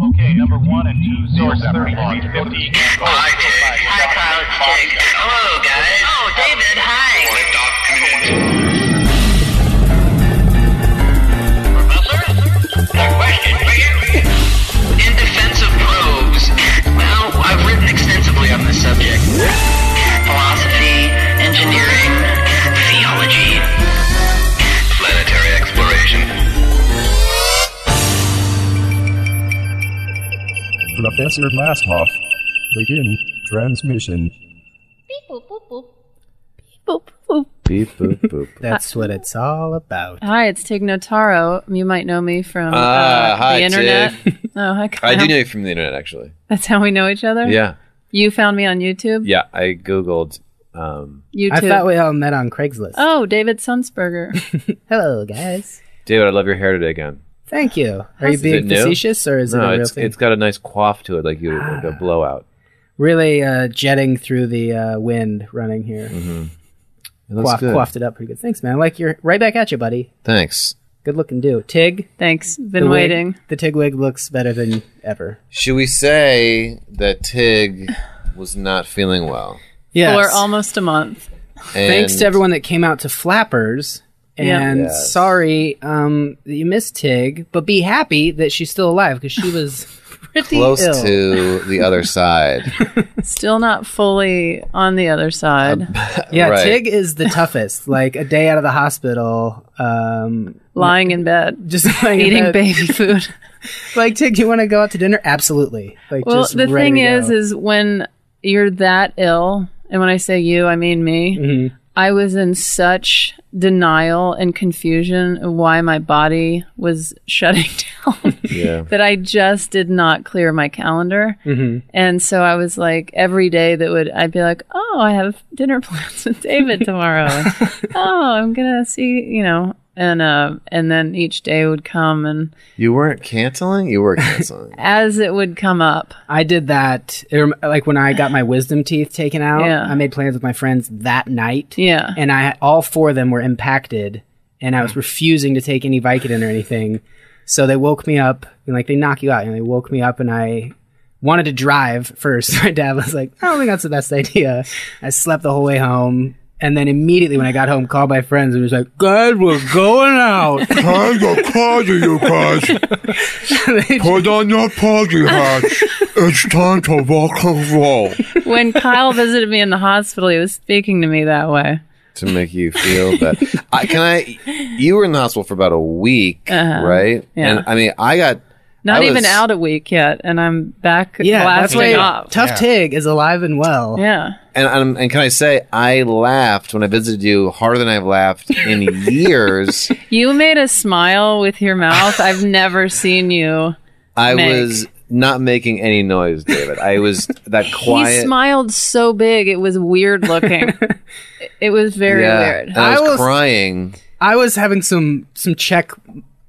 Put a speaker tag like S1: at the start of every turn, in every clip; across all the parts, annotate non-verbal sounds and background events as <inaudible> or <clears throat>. S1: Okay,
S2: Mm-hmm.
S1: number one and two, source 30. Please go to each
S3: Hi, Hello, guys. Oh, David, hi. Professor, a question for you. In defense of probes, well, I've written extensively on this subject. Philosophy, engineering, theology, planetary exploration.
S4: Professor Blasthoff, begin transmission.
S5: Beep boop boop boop. Beep boop boop.
S6: Beep boop boop.
S7: That's
S5: Uh,
S7: what it's all about.
S5: Hi, it's Tig Notaro. You might know me from uh,
S6: Ah, hi,
S5: the
S6: <laughs>
S5: internet.
S6: Tig.
S5: oh, hi,
S6: I
S5: Kyle.
S6: do know you from the internet, actually.
S5: That's how we know each other.
S6: Yeah,
S5: You found me on YouTube.
S6: yeah. I googled. Um,
S5: YouTube.
S7: I thought we all met on Craigslist.
S5: oh, David Sunsberger.
S6: <laughs>
S7: Hello, guys.
S6: David, I love your hair today again.
S7: Thank you. Are you
S5: Is
S6: it
S7: being
S6: new?
S7: facetious or is it
S6: no,
S7: a real
S6: it's
S7: thing?
S6: it's got a nice quaff to it, like you like
S7: <gasps>
S6: a blowout.
S7: Really uh, jetting through the uh, wind running here.
S6: It Mm-hmm. looks
S7: Quaff,
S6: good.
S7: quaffed it up pretty good. Thanks, man. Like you're right back at you, buddy. Thanks. Good looking dude. Tig.
S5: Thanks.
S7: the
S5: Been
S7: wig-
S5: waiting.
S7: the Tig wig looks better than ever.
S8: Should we say that Tig was not feeling well?
S7: Yes.
S5: For almost a month.
S8: And
S7: Thanks to everyone that came out to Flappers.
S5: Yeah.
S7: And
S6: Yes.
S7: sorry um, that you missed Tig, but be happy that she's still alive because she
S6: <laughs>
S7: was pretty
S8: Close
S7: ill.
S8: to the other side.
S5: Still not fully on the other side.
S7: <laughs>
S6: Uh,
S7: Yeah,
S8: Right.
S7: Tig is the toughest. Like a day out of the hospital, um,
S5: lying in bed.
S7: just <laughs> like
S5: Eating
S7: that-
S6: <laughs>
S5: baby food.
S7: Like Tig, do you want to go out to dinner? Absolutely. Like,
S5: well,
S7: just
S5: the
S7: ready
S5: thing
S7: to
S5: is,
S7: go.
S5: is when you're that ill, and when I say you, I mean me.
S7: Mm-hmm.
S5: I was in such denial and confusion of why my body was <laughs> shutting down
S6: Yeah.
S5: that I just did not clear my calendar.
S7: Mm-hmm.
S5: And so I was like, every day that would, I'd be like, oh, I have dinner <laughs> plans with David
S7: <laughs>
S5: tomorrow. And, oh, I'm going to see, you know. And uh, and then each day would come, and
S8: You weren't canceling? You
S6: <laughs>
S8: were canceling.
S5: as it would come up,
S7: I did that. it rem- like when I got my wisdom teeth taken out,
S5: Yeah.
S7: I made plans with my friends that night.
S5: yeah,
S7: and I all four of them were impacted, and I was refusing to take any Vicodin or anything. So they woke me up, and like they knock you out, and they woke me up, and I wanted to drive first. <laughs> My dad was like, "I don't think that's the best idea." I slept the whole way home, and then immediately when I got home, called my friends and was like, "Guys, we're going out."
S9: I'm the party, you guys. Put on your party hats. It's time to rock and roll.
S8: <laughs>
S5: when Kyle visited me in the hospital, he was speaking to me that way.
S8: to make you feel bad.
S5: <laughs>
S8: I, can I? You were in the hospital for about a week, right?
S5: Uh-huh. yeah.
S8: And I mean, I got.
S5: Not
S8: I
S5: even
S8: was-
S5: out a week yet, and I'm back
S7: yeah, that's
S5: blasting
S7: why
S5: off.
S7: Tough Tig is alive and well.
S5: yeah,
S8: And, and, and can I say, I laughed when I visited you harder than I've laughed
S5: <laughs>
S8: in years.
S5: you made a smile with your mouth.
S8: <laughs>
S5: I've never seen you.
S8: I
S5: Meg.
S8: was not making any noise, David. I was that
S5: He
S8: quiet.
S5: smiled so big, it was weird
S8: <laughs>
S5: looking. it was very
S8: yeah,
S5: weird.
S8: and I
S7: I
S8: was
S7: will-
S8: crying.
S7: I was having some some check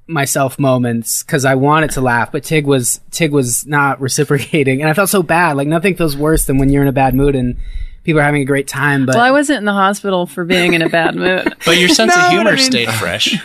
S7: myself moments because I wanted to laugh, but Tig was Tig was not <laughs> reciprocating, and I felt so bad. Like nothing feels worse than when you're in a bad mood and people are having a great time. But
S5: Well, I wasn't in the hospital for being in a bad
S8: <laughs>
S5: mood.
S10: But your sense
S7: No,
S10: of
S7: but
S10: humor
S7: I mean-
S5: <laughs>
S10: stayed fresh.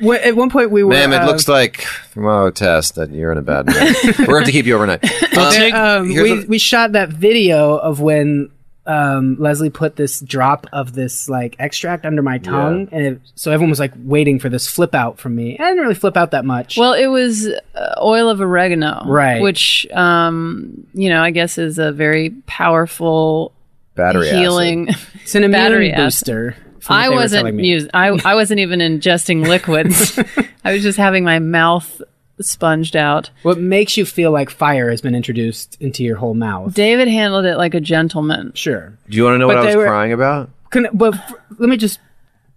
S7: w- at one point we were.
S8: Ma'am, it
S7: uh,
S8: looks like from our test that you're in
S5: <laughs>
S8: a bad mood. We're going to have to keep you overnight. Um,
S10: Tig,
S5: uh,
S7: um,
S8: here's
S7: we
S8: what-
S7: we shot that video of when. Um, Leslie put this drop of this like extract under my tongue, and it, so everyone was like waiting for this flip out from me. I didn't really flip out that much.
S5: Well, it was uh, oil of oregano,
S7: Right.
S5: Which, um, you know, I guess is a very powerful
S8: battery acid.
S5: healing.
S7: it's an immune
S5: battery acid.
S7: booster. from what
S5: I
S7: they were
S5: wasn't
S7: telling me.
S5: use, I, I wasn't even ingesting liquids. I was just having my mouth sponged out.
S7: What makes you feel like fire has been introduced into your whole mouth?
S5: David handled it like a gentleman.
S7: sure.
S6: Do you want to know
S7: But
S6: what I
S7: they
S6: was
S7: were-
S6: crying about?
S7: Can, but f- let me just.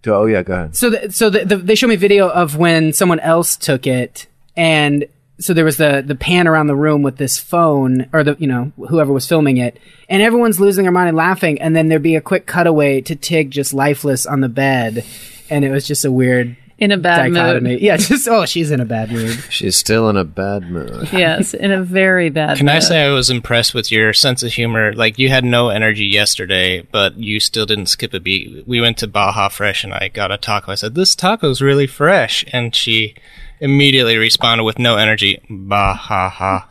S6: Oh yeah, go ahead.
S7: So, the, so the, the, they show me video of when someone else took it, and so there was the the pan around the room with this phone or the you know whoever was filming it, and everyone's losing their mind and laughing, and then there'd be a quick cutaway to Tig just lifeless on the bed, and it was just a weird
S5: In a bad
S7: dichotomy.
S5: mood.
S7: Yeah, <laughs> just oh, she's in a bad mood.
S8: She's still in a bad mood.
S5: <laughs> Yes, in a very bad
S10: Can
S5: mood.
S10: I say I was impressed with your sense of humor? Like you had no energy yesterday, but you still didn't skip a beat. We went to Baja Fresh, and I got a taco. I said, "This taco's really fresh," and she immediately responded with no energy. Baja.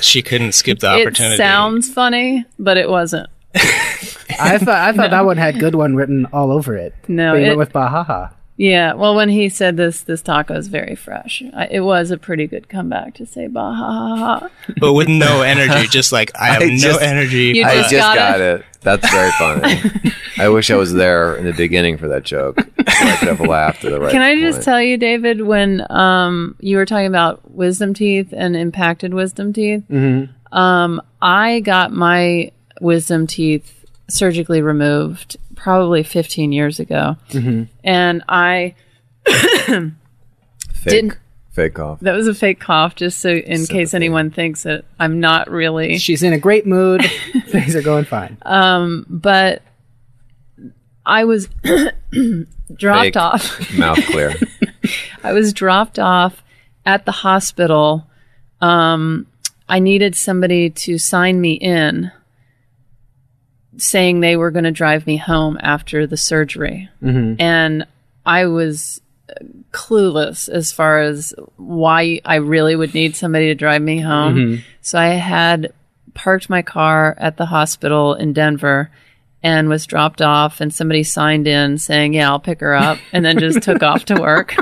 S10: She couldn't skip the
S5: It
S10: opportunity.
S5: sounds funny, but it wasn't. <laughs>
S7: I thought I thought that one had good one written all over it.
S5: No,
S7: but you
S5: it-
S7: went with Bahaha.
S5: Yeah. Well, when he said this, this taco is very fresh. I, it was a pretty good comeback to say bah ha ha ha.
S10: but with no energy, just like <laughs> I have
S6: I
S10: no
S6: just-
S10: energy.
S5: You
S6: I
S10: but-
S6: just
S5: got
S6: got, it. That's very funny. I wish I was there in the beginning for that joke. So I
S5: <laughs>
S6: could have laughed at the right.
S5: Can I just
S6: point.
S5: tell you, David, when um, you were talking about wisdom teeth and impacted wisdom teeth, um, I got my wisdom teeth surgically removed probably 15 years ago. And I,
S6: Fake,
S5: didn't-
S6: fake off.
S5: that was a fake cough, just so in case anyone thinks that I'm not really.
S7: She's in a great <laughs> mood. Things are going fine.
S5: but I was <clears throat> dropped
S6: Fake.
S5: off.
S6: Mouth
S5: <laughs>
S6: clear.
S5: I was dropped off at the hospital. Um, I needed somebody to sign me in saying they were going to drive me home after the surgery. And I was uh, clueless as far as why I really would need somebody to drive me home. So I had parked my car at the hospital in Denver and was dropped off and somebody signed in saying, "Yeah, I'll pick her up," and then just took off to work.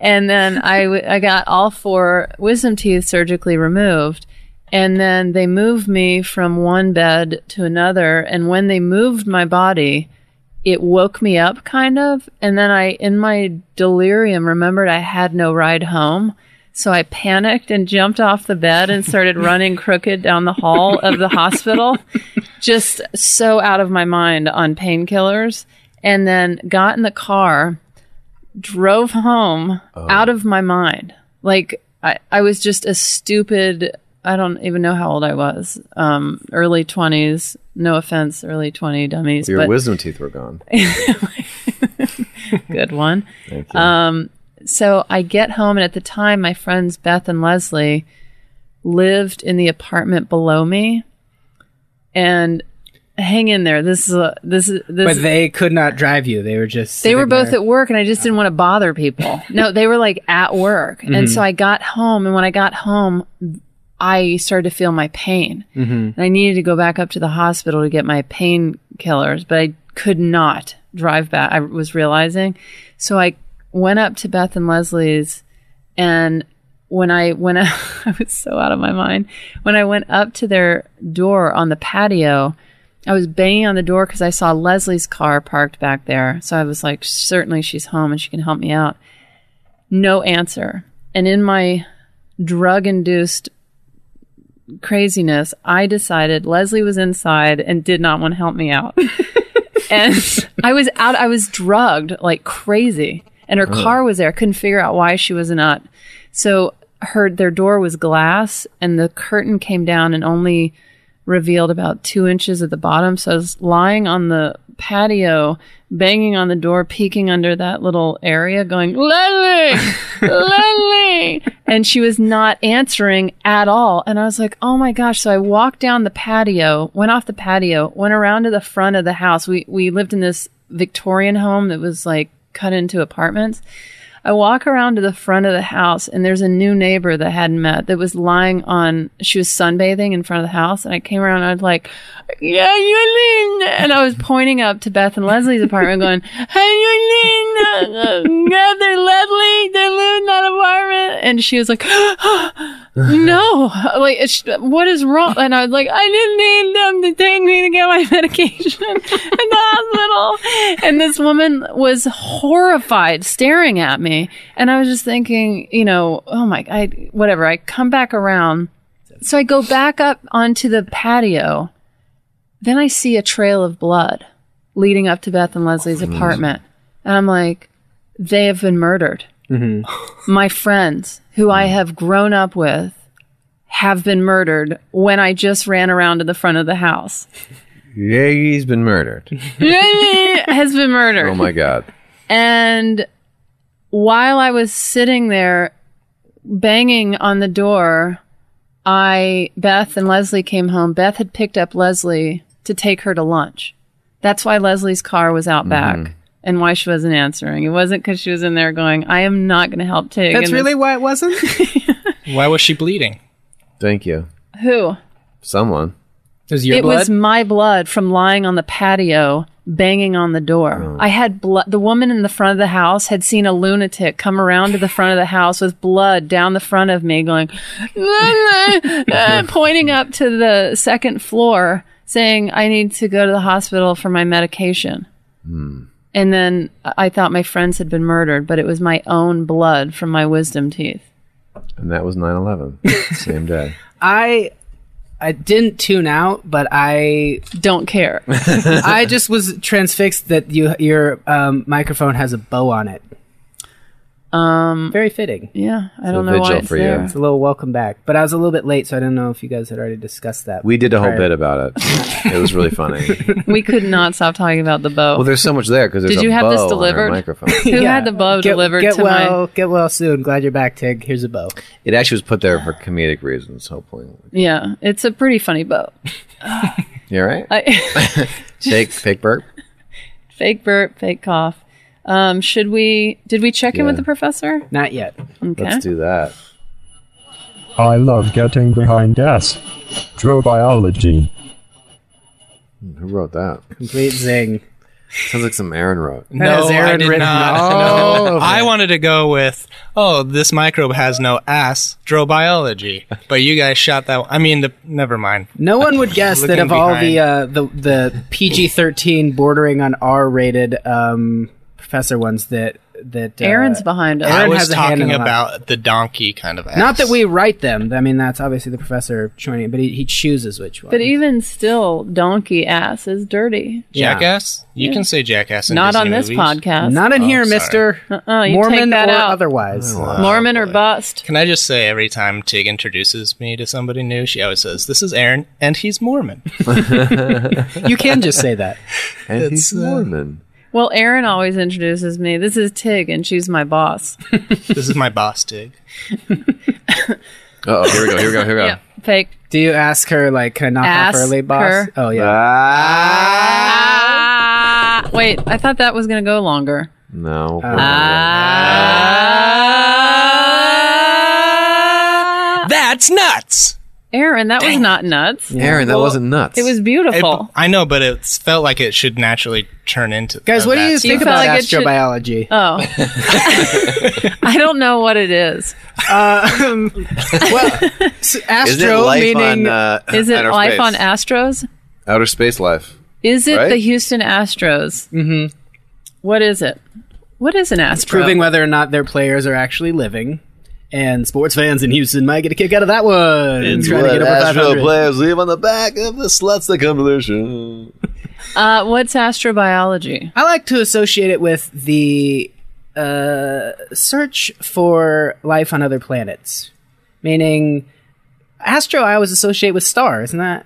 S5: And then I w- I got all four wisdom teeth surgically removed. And then they moved me from one bed to another. And when they moved my body, it woke me up kind of. And then I, in my delirium, remembered I had no ride home. So I panicked and jumped off the bed and started running crooked down the hall of the hospital, just so out of my mind on painkillers. And then got in the car, drove home out of my mind. Like I, I was just a stupid, I don't even know how old I was, um, early 20s. No offense, early 20 dummies.
S6: Your
S5: but
S6: wisdom teeth were gone.
S5: good one. Um,
S6: Thank you.
S5: So I get home, and at the time, my friends Beth and Leslie lived in the apartment below me. And hang in there. This is a, this is this.
S7: But they could not drive you. They were just
S5: they were
S7: sitting
S5: both
S7: there. Oh.
S5: at work, and I just didn't want to bother people. No, they were like at work,
S7: Mm-hmm.
S5: and so I got home, and when I got home, I started to feel my pain,
S7: Mm-hmm.
S5: and I needed to go back up to the hospital to get my painkillers, but I could not drive back. I was realizing, so I went up to Beth and Leslie's, and when <laughs> I went up, I was so out of my mind. When I went up to their door on the patio, I was banging on the door because I saw Leslie's car parked back there. So I was like, certainly she's home and she can help me out. No answer. And in my drug induced craziness, I decided Leslie was inside and did not want to help me out. and I was out, I was drugged like crazy. And her car was there. I couldn't figure out why she was not. So her their door was glass and the curtain came down and only revealed about two inches at the bottom. So I was lying on the patio, banging on the door, peeking under that little area, going, Lily, Lily. And she was not answering at all. And I was like, oh my gosh. So I walked down the patio, went off the patio, went around to the front of the house. We, we lived in this Victorian home that was like cut into apartments. I walk around to the front of the house and there's a new neighbor that I hadn't met that was lying on she was sunbathing in front of the house and I came around and I was like, Yeah, you and I was pointing up to Beth and Leslie's apartment going, Hey you <laughs> yeah, they're Leslie, they live in that apartment and she was like <gasps> "Oh, No like it's, what is wrong and I was like, I didn't need them to take me to get my <laughs> medication in the hospital. And this woman was horrified staring at me. And I was just thinking, you know, oh my, I, whatever. I come back around. So I go back up onto the patio. Then I see a trail of blood leading up to Beth and Leslie's apartment. And I'm like, they have been murdered. My friends who I have grown up with have been murdered when I just ran around to the front of
S6: <laughs>
S5: the house. <laughs>
S6: He's been murdered.
S5: has been murdered.
S6: Oh my god.
S5: And while I was sitting there banging on the door, I Beth and Leslie came home. Beth had picked up Leslie to take her to lunch. That's why Leslie's car was out back
S6: Mm-hmm.
S5: and why she wasn't answering. It wasn't because she was in there going, I am not going to help Tig.
S7: That's <laughs>
S5: and this
S7: really why it wasn't.
S10: Why was she bleeding?
S8: Thank you.
S5: Who?
S8: Someone.
S7: was your
S5: it
S7: blood.
S5: was my blood from lying on the patio banging on the door.
S8: Oh.
S5: I had blood. The woman in the front of the house had seen a lunatic come around to the front of the house with blood down the front of me, going, <laughs> uh,
S8: <laughs>
S5: pointing up to the second floor, saying, I need to go to the hospital for my medication.
S8: Hmm.
S5: And then I I thought my friends had been murdered, but it was my own blood from my wisdom teeth.
S8: And that was 9 11. Same day.
S7: I I didn't tune out, but <laughs> I
S5: Don't
S8: <laughs>
S5: care.
S7: I just was transfixed that you your um, microphone has a bow on it. Um, very fitting.
S5: Yeah, I don't
S8: a
S5: know why
S8: vigil
S5: it's
S8: for you.
S5: there.
S7: It's a little welcome back, but I was a little bit late, so I didn't know if you guys had already discussed that.
S8: We did a whole
S7: prior.
S8: bit about it. It was really funny.
S5: We could not stop talking about the bow.
S8: Well, there's so much there because there's
S5: Did
S8: a
S5: you have this
S8: bow on our
S5: delivered? <laughs>
S8: microphone.
S5: Who
S7: <laughs> Yeah.
S5: had the bow
S7: Get-
S5: delivered
S7: get
S5: to
S7: well,
S5: my?
S7: Get well soon. Glad you're back, Tig. Here's a bow.
S8: It actually was put there for comedic reasons, hopefully.
S5: Yeah, it's a pretty funny bow.
S8: You all right?
S7: <laughs>
S5: I, <laughs>
S8: Shake, fake burp.
S5: fake burp, fake cough. Um, should we? Did we check in with
S8: Yeah.
S5: the professor?
S7: Not yet.
S5: <laughs> Okay.
S8: Let's do that.
S4: <laughs> I love getting behind desk. Drobiology. biology.
S8: Who wrote that?
S7: Complete zing.
S8: Sounds like some Aaron wrote.
S10: No,
S7: is
S10: I
S7: Aaron
S10: did
S7: written
S10: not.
S8: all
S10: No.
S8: over
S10: I
S8: it.
S10: wanted to go with, oh, this microbe has no ass, drobiology. But you guys shot that. I mean, the, never mind.
S7: No one would guess that
S10: Looking
S7: of all
S10: behind.
S7: the uh, the the PG thirteen bordering on R rated um, professor ones that that uh,
S5: Aaron's behind us.
S10: I
S7: Aaron
S10: was
S7: has a hand in
S10: talking
S7: the mouth.
S10: about the donkey kind of ass.
S7: Not that we write them. I mean, that's obviously the professor joining, but he, he chooses which one.
S5: But even still, donkey ass is dirty.
S7: Yeah.
S10: Jackass? You can say jackass in
S5: Not
S10: Disney
S5: on this
S10: movies.
S5: podcast.
S7: Not in
S10: Oh,
S7: here,
S5: <laughs>
S10: sorry.
S7: Mister
S5: Uh-uh, you
S7: Mormon
S5: take that
S7: or
S5: out.
S7: otherwise.
S5: Mormon or bust.
S10: Can I just say every time Tig introduces me to somebody new, she always says, This is Aaron, and he's Mormon.
S7: you can just say that.
S8: And he's
S10: It's, uh,
S8: Mormon.
S5: Well, Aaron always introduces me. This is Tig, and she's my boss.
S7: <laughs>
S10: this is my boss, Tig.
S8: Uh oh, here we go, here we go, here we go.
S5: Yeah. Fake
S7: Do you ask her like, "Can I knock
S5: Ask
S7: off early, boss?"
S5: her.
S7: Oh yeah.
S8: Ah!
S5: Ah! Wait, I thought that was going to go longer.
S8: No.
S5: Ah.
S10: That's nuts!
S5: Ah. Aaron, that was not nuts.
S8: Aaron, that wasn't nuts.
S5: It was
S10: It-
S5: beautiful.
S10: I know, but it felt like it should naturally turn into
S7: Guys,
S10: uh,
S7: what do you
S10: that.
S7: think
S5: You
S7: about
S5: felt like it should- <laughs>
S7: astrobiology?
S5: oh. I don't know what it is.
S7: Um, well,
S8: Is
S7: s-
S8: it
S7: astro
S8: life on
S7: meaning
S8: uh,
S5: Is it
S8: outer
S5: life
S8: space?
S5: on Astros?
S8: outer space life?
S5: Is it
S8: Right?
S5: the Houston Astros? Mm-hmm. What is it? What is an Astro?
S8: Um,
S7: proving whether or not their players are actually living. And sports fans in Houston might get a kick out of that one. Trying to
S8: Let
S7: get over 500.
S8: Astro players leave on the back of the sluts that come to their show.
S5: uh, what's astrobiology?
S7: I like to associate it with the uh, search for life on other planets, meaning astro. I always associate with stars, and that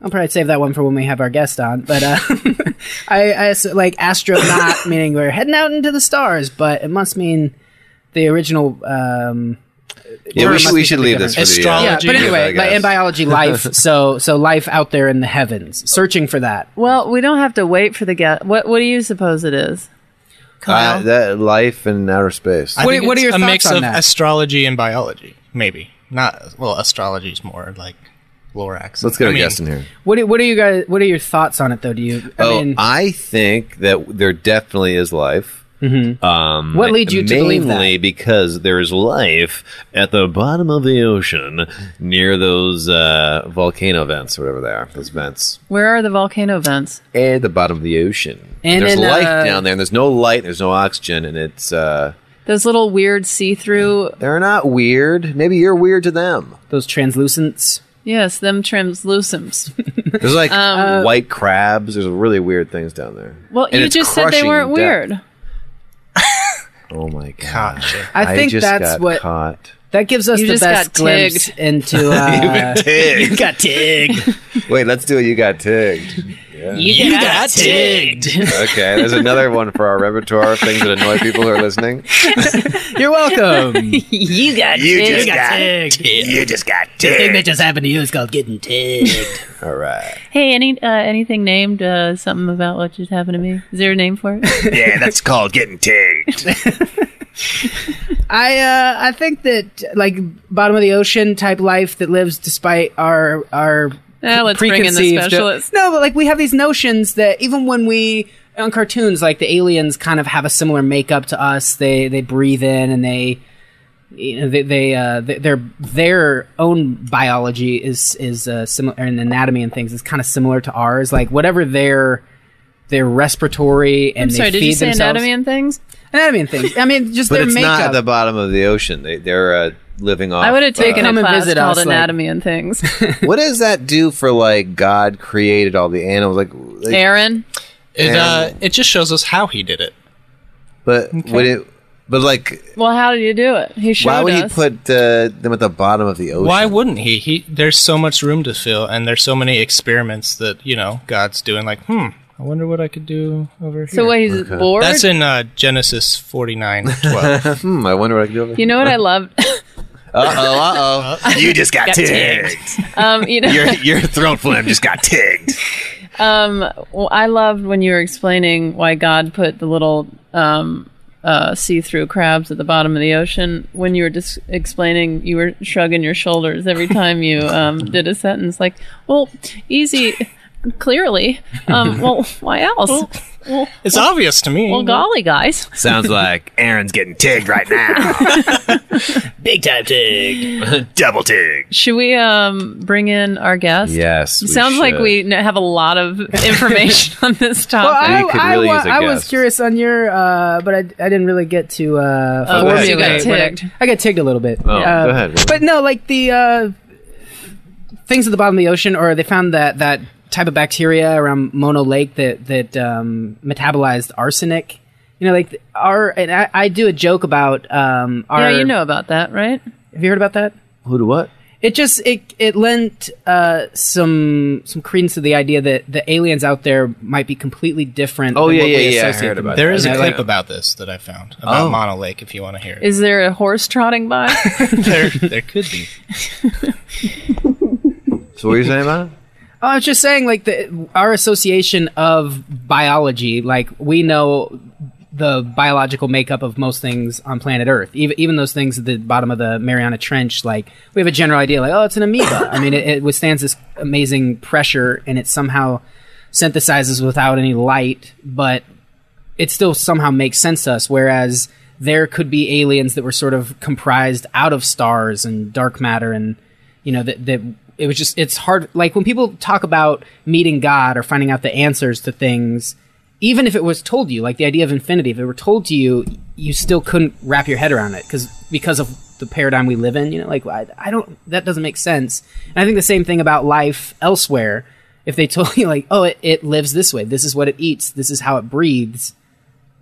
S7: I'll probably save that one for when we have our guest on. But uh, <laughs> I, I ass- like astronaut, meaning we're heading out into the stars, but it must mean the original. Um,
S8: Yeah, we
S7: must
S8: should,
S7: be
S8: we should
S7: something
S8: leave this for the uh,
S10: Astrology.
S7: yeah, but
S10: Biology,
S7: anyway,
S8: I
S7: like in
S8: guess. <laughs>
S7: biology, life. so so life out there in the heavens, searching for that.
S5: Well, we don't have to wait for the guest. What What do you suppose it is?
S8: uh, that life in outer space.
S10: I
S7: What-
S10: think
S7: what are
S10: it's
S7: your
S10: a
S7: thoughts
S10: mix
S7: on
S10: of
S7: that?
S10: astrology and biology? Maybe not. Well, astrology is more like Lorax.
S8: Let's get
S10: I
S8: a
S10: mean,
S8: guest in here.
S7: What do, what are you guys? What are your thoughts on it though? Do you? I
S8: oh,
S7: mean,
S8: I think that there definitely is life. Um,
S7: Mm-hmm. What leads you to believe that?
S8: Mainly because there's life at the bottom of the ocean near those uh, volcano vents, whatever they are, those vents
S5: Where are the volcano vents?
S8: at the bottom of the ocean.
S7: And
S8: there's
S7: in,
S8: life
S7: uh,
S8: down there, and there's no light, there's no oxygen, and it's uh,
S5: Those little weird see through.
S8: they're not weird. Maybe you're weird to them.
S7: those translucents.
S5: Yes, them translucents.
S8: There's like
S7: Um, uh,
S8: white crabs. There's really weird things down there.
S5: Well,
S8: And
S5: you
S8: it's
S5: just said they
S8: crushing
S5: weren't
S8: depth.
S5: weird.
S8: Oh my god!
S10: Gotcha.
S7: I think
S8: just
S7: that's
S8: got
S7: what
S8: caught.
S7: that gives us
S5: You
S7: the
S5: just
S7: best
S5: got tigged.
S7: glimpse
S8: <laughs>
S7: into. Uh, <laughs>
S8: Tigged.
S7: you got tigged.
S8: <laughs> Wait, let's do it. You got tigged.
S7: You got tigged.
S8: Okay, there's another one for our repertoire of things that annoy people who are listening. <laughs>
S7: You're welcome.
S5: You got
S8: just got
S7: tigged.
S8: you just got
S7: The thing that just happened to you is called getting tigged.
S8: All right.
S5: Hey, any uh, anything named uh, <laughs> something about what just happened to me? Is there a name for it?
S8: Yeah, that's called getting tigged.
S7: <laughs> I uh, I think that like bottom of the ocean type life that lives despite our our
S5: Eh, <laughs> let's bring in the
S8: uh,
S7: preconceived-
S5: specialist.
S7: No, but like we have these notions that even when we on cartoons, like the aliens kind of have a similar makeup to us. They they breathe in and they you know they, they uh th- their their own biology is is uh, similar and anatomy and things is kind of similar to ours. Like whatever their their respiratory
S5: I'm
S7: and they
S5: sorry, did
S7: feed
S5: you say
S7: themselves
S5: anatomy and things?
S7: anatomy and things. I mean, just
S8: But
S7: their
S8: it's
S7: makeup.
S8: not at the bottom of the ocean. They, they're uh, living off.
S5: I would have taken
S7: uh, come
S5: a
S7: and
S5: class
S7: visit
S5: called
S7: us, like-
S5: anatomy and
S7: <laughs>
S5: things.
S8: <laughs> What does that do for like God created all the animals? Like, like
S5: Aaron,
S10: It uh,
S8: Animal.
S10: it just shows us how he did it.
S8: but would it? But like,
S5: well, how did you do it? He showed
S8: why would
S5: us.
S8: he put uh, them at the bottom of the ocean? <laughs>
S10: Why wouldn't he? He there's so much room to fill, and there's so many experiments that you know God's doing. Like, hmm, I wonder what I could do over here.
S5: so what? He's bored.
S10: That's in uh, Genesis 49,
S8: <laughs>
S10: 12.
S8: Hmm, I wonder what I could do. Over
S5: you know what I love?
S7: <laughs>
S8: Uh oh, uh oh. You just got, tigged.
S5: um, you know,
S8: Your, <laughs> your throat phlegm just got tigged.
S5: um, well, I loved when you were explaining why God put the little um, uh, see-through crabs at the bottom of the ocean. When you were just explaining, you were shrugging your shoulders every time you um, did a sentence. Like, well, easy. Clearly, um, well, why else? Well,
S10: it's obvious to me.
S5: well, golly, guys.
S8: Sounds like Aaron's getting tigged right now.
S10: big time tig.
S8: Double tigged.
S5: Should we um, bring in our guest?
S8: Yes. we
S5: Sounds like
S8: should.
S5: we kn- have a lot of information on this
S7: Well,
S5: topic.
S7: I,
S8: You could
S7: I
S8: really
S7: wa-
S8: use a
S7: I was
S8: guest.
S7: curious on your, uh, but I, I didn't really get to. Uh,
S5: Oh,
S7: formulate
S8: you got
S7: what I-
S5: tigged.
S7: I got tigged a little bit.
S8: Oh,
S7: Uh,
S8: go ahead.
S7: But no, like the uh, things at the bottom of the ocean, or they found that that type of bacteria around Mono Lake that that um, metabolized arsenic. You know, like our and I, I do a joke about um, our.
S5: yeah, you know about that, right?
S7: Have you heard about that?
S8: Who to what?
S7: it just it it lent uh, some some credence to the idea that the aliens out there might be completely different.
S8: Oh,
S7: than
S8: yeah,
S7: what
S8: yeah,
S7: we
S8: yeah, I
S7: associate
S8: heard
S7: them
S8: about
S7: with.
S10: There is a
S7: Yeah,
S10: clip
S7: like-
S10: about this that I found about
S8: Oh.
S10: Mono Lake. If you want to hear it,
S5: Is there a horse trotting by?
S10: <laughs> there there could be.
S8: So what were you saying about it?
S7: Oh, I was just saying, like the our association of biology, like we know the biological makeup of most things on planet Earth, even even those things at the bottom of the Mariana Trench. Like we have a general idea, like oh, it's an amoeba. I mean, it, it withstands this amazing pressure, and it somehow synthesizes without any light, but it still somehow makes sense to us. Whereas there could be aliens that were sort of comprised out of stars and dark matter, and you know that that it was just it's hard. Like when people talk about meeting God or finding out the answers to things, even if it was told you, like the idea of infinity, if it were told to you, you still couldn't wrap your head around it because because of the paradigm we live in. You know, like I, I don't that doesn't make sense. And I think the same thing about life elsewhere. If they <laughs> told you like, oh, it, it lives this way, this is what it eats, this is how it breathes,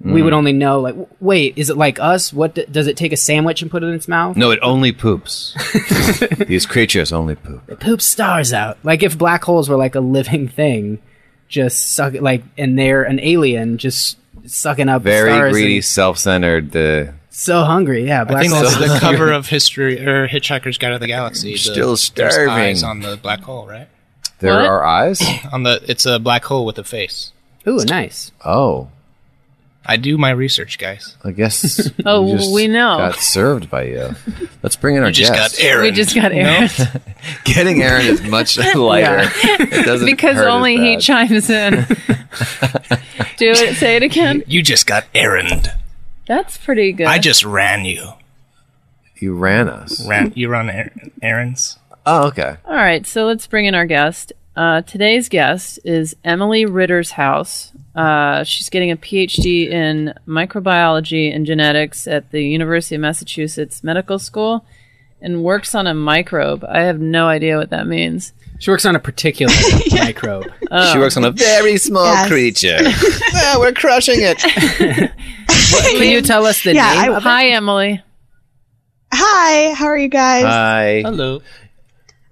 S7: we would only know like w- wait is it like us what d- does it take a sandwich and put it in its
S8: <laughs>
S7: mouth
S8: No, it only <laughs> poops. These creatures only poop.
S7: it poops stars out like if black holes were like a living thing just suck like and they're an alien just sucking up
S8: Very
S7: stars
S8: greedy,
S7: and
S8: self-centered. The
S7: so hungry yeah
S10: I
S7: black
S10: think
S7: holes
S11: <laughs>
S10: that's the cover of History or Hitchhiker's Guide to the Galaxy. The,
S8: still
S10: there's
S8: starving.
S10: eyes on the black hole, right?
S8: there
S5: What?
S8: are eyes. <coughs>
S10: On the it's a black hole with a face.
S7: ooh nice
S8: Oh,
S10: I do my research, guys.
S8: I <laughs> guess.
S5: Oh,
S8: you just
S5: we know.
S8: Got served by you. Let's bring
S11: Oh,
S8: in our
S10: I just
S8: guest.
S10: got Aaron.
S5: we just got Aaron
S8: Getting Aaron is much <laughs> lighter. It doesn't
S5: because
S8: hurt as
S5: only he
S8: bad.
S5: chimes in. Do it. Say it again.
S10: You just got errand.
S5: That's pretty good.
S10: I just ran you.
S8: He ran us.
S10: Ran you run er- errands.
S8: Oh, okay.
S5: All right, so let's bring in our guest. Uh, today's guest is Emily Rittershouse. Uh, she's getting a PhD in microbiology and genetics at the University of Massachusetts Medical School and works on a microbe. I have no idea what that means.
S7: she works on a
S12: <laughs>
S7: particular microbe
S8: She works on a very small
S12: Yes.
S8: creature. yeah, we're crushing it.
S7: can you tell us the
S12: Yeah,
S7: name
S12: I-
S5: Hi, Emily. <laughs>
S12: Hi, how are you guys?
S8: Hi.
S10: Hello.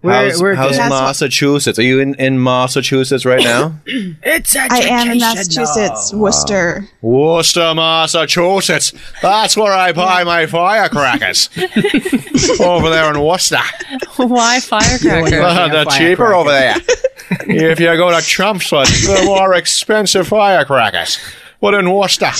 S8: How's,
S7: we're
S8: how's
S12: good.
S8: Massachusetts? Are you in, in Massachusetts right now?
S7: it's a
S12: I am in Massachusetts, Worcester.
S9: Worcester, Massachusetts. That's where I buy my firecrackers.
S11: <laughs>
S9: over there in Worcester.
S5: Why firecracker?
S9: Uh, they're cheaper over there. if you go to Trump's, they're more expensive firecrackers.
S11: Well, in Worcester,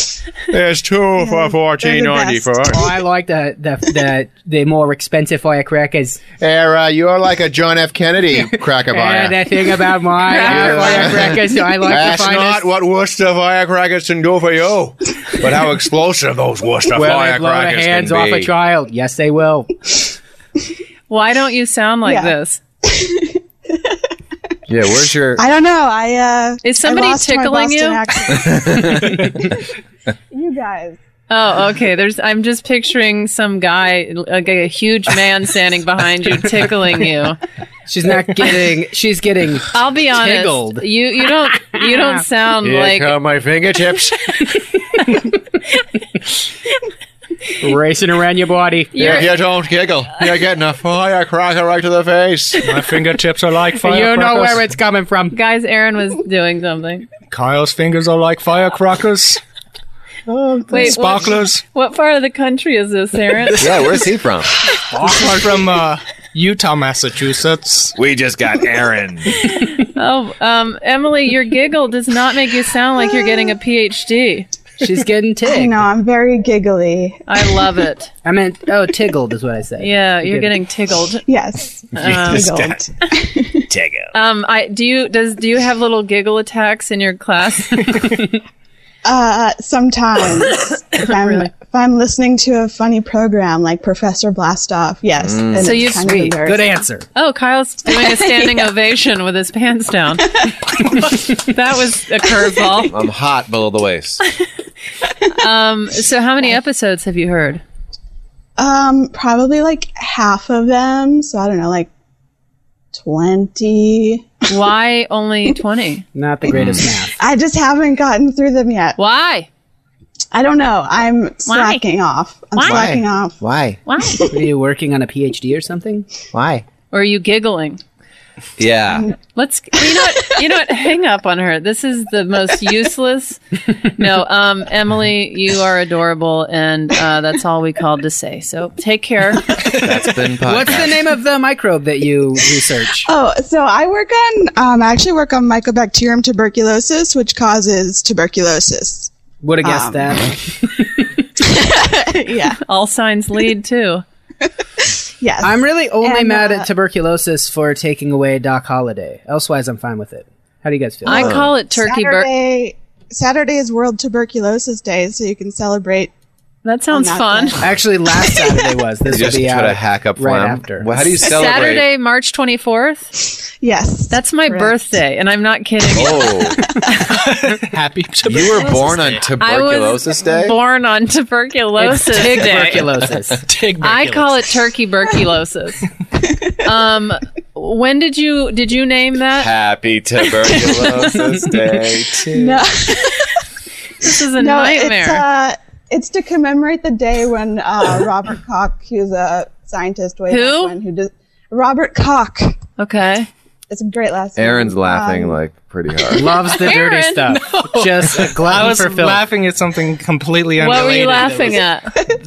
S11: there's two for fourteen ninety four.
S7: Oh, I like the the the, the more expensive firecrackers.
S11: Era, you're like a John F. Kennedy cracker buyer.
S7: Yeah, that thing
S11: <laughs>
S7: about my
S11: Yeah.
S7: firecrackers. I like
S11: That's
S7: the finest.
S11: not what Worcester firecrackers can do for you, but how explosive those Worcester
S7: Will they blow the
S11: firecrackers
S7: hands
S11: can
S7: off
S11: be.
S7: a child. Yes, they will.
S5: Why don't you sound like
S12: Yeah.
S5: this?
S8: Yeah, where's your?
S12: I don't know. I uh
S5: Is somebody
S12: I lost my
S5: tickling
S12: Boston
S5: you?
S12: accent.
S5: <laughs>
S12: you guys.
S5: Oh, okay. There's. I'm just picturing some guy, like a huge man, standing behind you, tickling you.
S7: She's not <laughs> getting. She's getting.
S5: I'll be honest.
S7: Tickled.
S5: You you don't you don't sound
S11: Here
S5: like
S11: come my fingertips.
S7: Racing around your body.
S11: Yeah, you don't giggle. You're getting a firecracker right to the
S10: <laughs>
S11: face. My fingertips are like
S7: You know where it's coming from.
S5: Guys, Aaron was doing something.
S10: Kyle's fingers are like firecrackers.
S5: Oh, Wait, what-
S10: Sparklers.
S5: What, part of the country is this, Aaron?
S8: <laughs> he from?
S10: He's from uh, Utah, Massachusetts.
S11: We just got Aaron.
S5: Oh, um, Emily, your giggle does not make you sound like you're getting a PhD.
S7: She's getting
S12: I
S7: ticked.
S12: know, I'm very giggly.
S5: I love it.
S7: I meant, oh, tickled is what I said.
S5: Yeah, you're
S7: Good.
S5: getting tickled.
S12: Yes.
S5: Um, um, I do you does do you have little giggle attacks in your class?
S12: Uh
S5: <laughs>
S12: sometimes if I'm if I'm listening to a funny program like Professor Blastoff, yes.
S7: Mm.
S12: and
S5: So
S12: it's
S5: you-
S12: kind of
S5: Sweet.
S7: <laughs>
S12: embarrassing.
S7: Good answer.
S5: Oh, Kyle's doing a standing ovation with his pants down. that was a curveball.
S8: I'm hot below the waist.
S5: Um, so how many episodes have you heard?
S12: Um, probably like half of them. So I don't know, like twenty.
S5: Why only twenty?
S7: Not the greatest math.
S12: I just haven't gotten through them yet.
S5: Why?
S12: I don't know. I'm slacking off. I'm
S5: Why?
S12: slacking off.
S8: Why?
S5: Why?
S7: Are you working on a PhD or something?
S8: Why?
S5: Or are you giggling?
S8: Yeah.
S5: Let's you know what you know what hang up on her. This is the most useless. No, um Emily, you are adorable and uh, that's all we called to say. So take care.
S8: That's
S5: <laughs>
S8: been podcast.
S7: What's the name of the microbe that you research?
S12: Oh, so I work on. Um, I actually work on Mycobacterium tuberculosis, which causes
S5: <laughs>
S12: tuberculosis.
S7: Would have guessed
S12: Um, <laughs>
S7: that.
S12: yeah.
S5: All signs lead too.
S12: Yes.
S7: I'm really only
S12: and,
S7: mad
S12: uh,
S7: at tuberculosis for taking away Doc Holiday. Elsewise, I'm fine with it. How do you guys feel?
S5: I call it turkey bur-
S12: Saturday, Saturday is World Tuberculosis Day, so you can celebrate.
S5: That sounds
S12: on that
S5: fun.
S12: day.
S7: Actually, <laughs> last Saturday was. This
S8: You
S7: would
S8: just
S7: be uh,
S8: put
S7: out
S8: a hack up
S7: right
S8: phlegm.
S7: after.
S8: Well, how do you celebrate?
S5: Saturday, March 24th.
S12: Yes.
S5: That's my
S12: Correct.
S5: birthday and I'm not kidding. <laughs>
S8: Oh,
S10: Happy.
S8: you
S10: <laughs>
S8: were born on
S5: I was
S8: tuberculosis day.
S5: born on tuberculosis
S7: It's
S5: day.
S7: <laughs> tuberculosis.
S5: I call it turkey tuberculosis. um, when did you did you name that? <laughs>
S8: Happy tuberculosis day. to-
S12: No,
S5: This is a
S12: no, it's
S5: nightmare.
S12: uh, it's to commemorate the day when
S5: <coughs>
S12: uh, Robert Koch, who's a scientist, way
S5: Who?
S12: back when, who does Robert Koch.
S5: okay.
S12: It's a great last name.
S8: Aaron's laughing
S12: Um,
S8: like pretty hard.
S7: Loves the dirty
S5: Aaron,
S7: stuff. Just a glutton
S10: I was
S7: for filth.
S10: laughing at something completely unrelated.
S5: What were you
S10: that
S5: laughing
S10: was-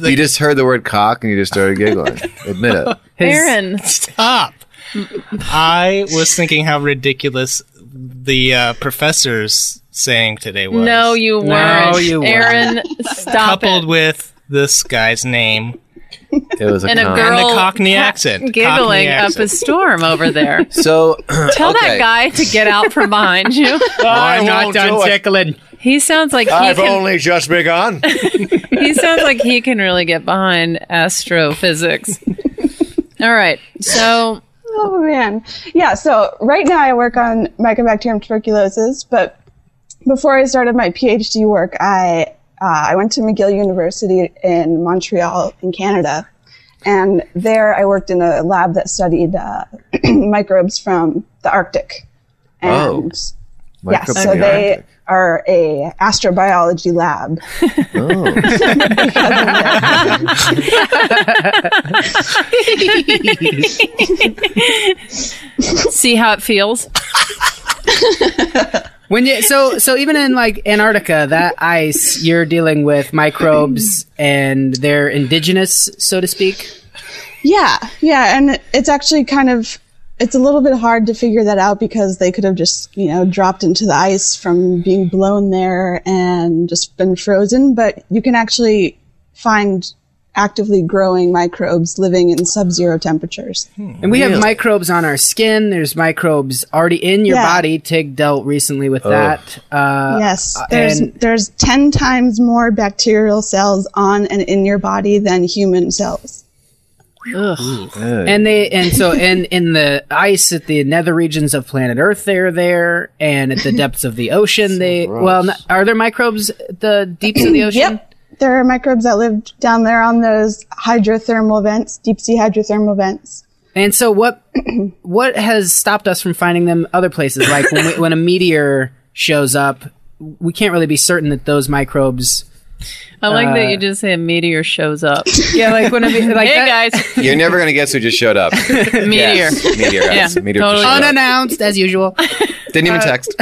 S5: at?
S8: you just heard the word cock and you just started giggling. Admit it.
S7: His-
S5: Aaron.
S10: Stop. I was thinking how ridiculous the uh, professor's saying today was.
S5: No, you weren't.
S7: you weren't.
S5: Aaron, stop
S10: coupled
S5: it.
S10: with this guy's name
S8: It was a
S5: and a
S8: con.
S5: girl
S10: and the Cockney accent.
S5: giggling
S10: Cockney
S5: up a
S10: accent.
S5: storm over there.
S8: So
S5: <clears throat> Tell that
S8: okay.
S5: guy to get out from behind
S8: <laughs>
S5: you.
S7: I'm
S11: I
S7: not
S11: won't do
S7: done
S11: it.
S7: tickling.
S5: He sounds like he
S11: I've
S5: can,
S11: only just begun.
S5: he sounds like he can really get behind astrophysics. All right. So
S12: Oh man, yeah. So right now I work on Mycobacterium tuberculosis, but before I started my PhD work, I uh, I went to McGill University in Montreal in Canada, and there I worked in a lab that studied uh, <clears throat> microbes from the Arctic. And yeah,
S8: Oh. Microbes
S12: so
S8: in the
S12: they are a astrobiology lab.
S8: Oh.
S5: see how it feels.
S7: When you so so even in like Antarctica, that ice, you're dealing with microbes and they're indigenous, so to speak.
S12: Yeah, yeah, and it's actually kind of it's a little bit hard to figure that out because they could have just you know dropped into the ice from being blown there and just been frozen but you can actually find actively growing microbes living in sub-zero temperatures
S7: And we have microbes on our skin. There's microbes already in your
S12: Yeah.
S7: body. Tig dealt recently with
S12: Oh.
S7: that. Uh,
S12: yes
S7: uh,
S12: there's
S7: and
S12: there's 10 times more bacterial cells on and in your body than human cells
S7: and they and so in in the ice at the nether regions of planet Earth, they're there, and at the depths of the
S12: <laughs>
S7: ocean, they well, n- are there microbes at the deeps of the ocean?
S12: <clears throat> yep there are microbes that live down there on those hydrothermal vents deep sea hydrothermal vents
S7: And so what <clears throat> what has stopped us from finding them other places? Like when, we, when a meteor shows up, we can't really be certain that those microbes.
S5: I like
S7: Uh,
S5: that you just say a meteor shows
S3: <laughs>
S5: up.
S7: Yeah, like when a <laughs> me- like
S5: hey
S7: that-
S5: guys,
S8: You're never gonna guess who just showed
S5: <laughs>
S8: up.
S5: meteor. Oh,
S8: Yes, meteor. yes, meteor just showed up.
S7: unannounced as usual.
S8: Didn't
S5: Uh,
S8: even text.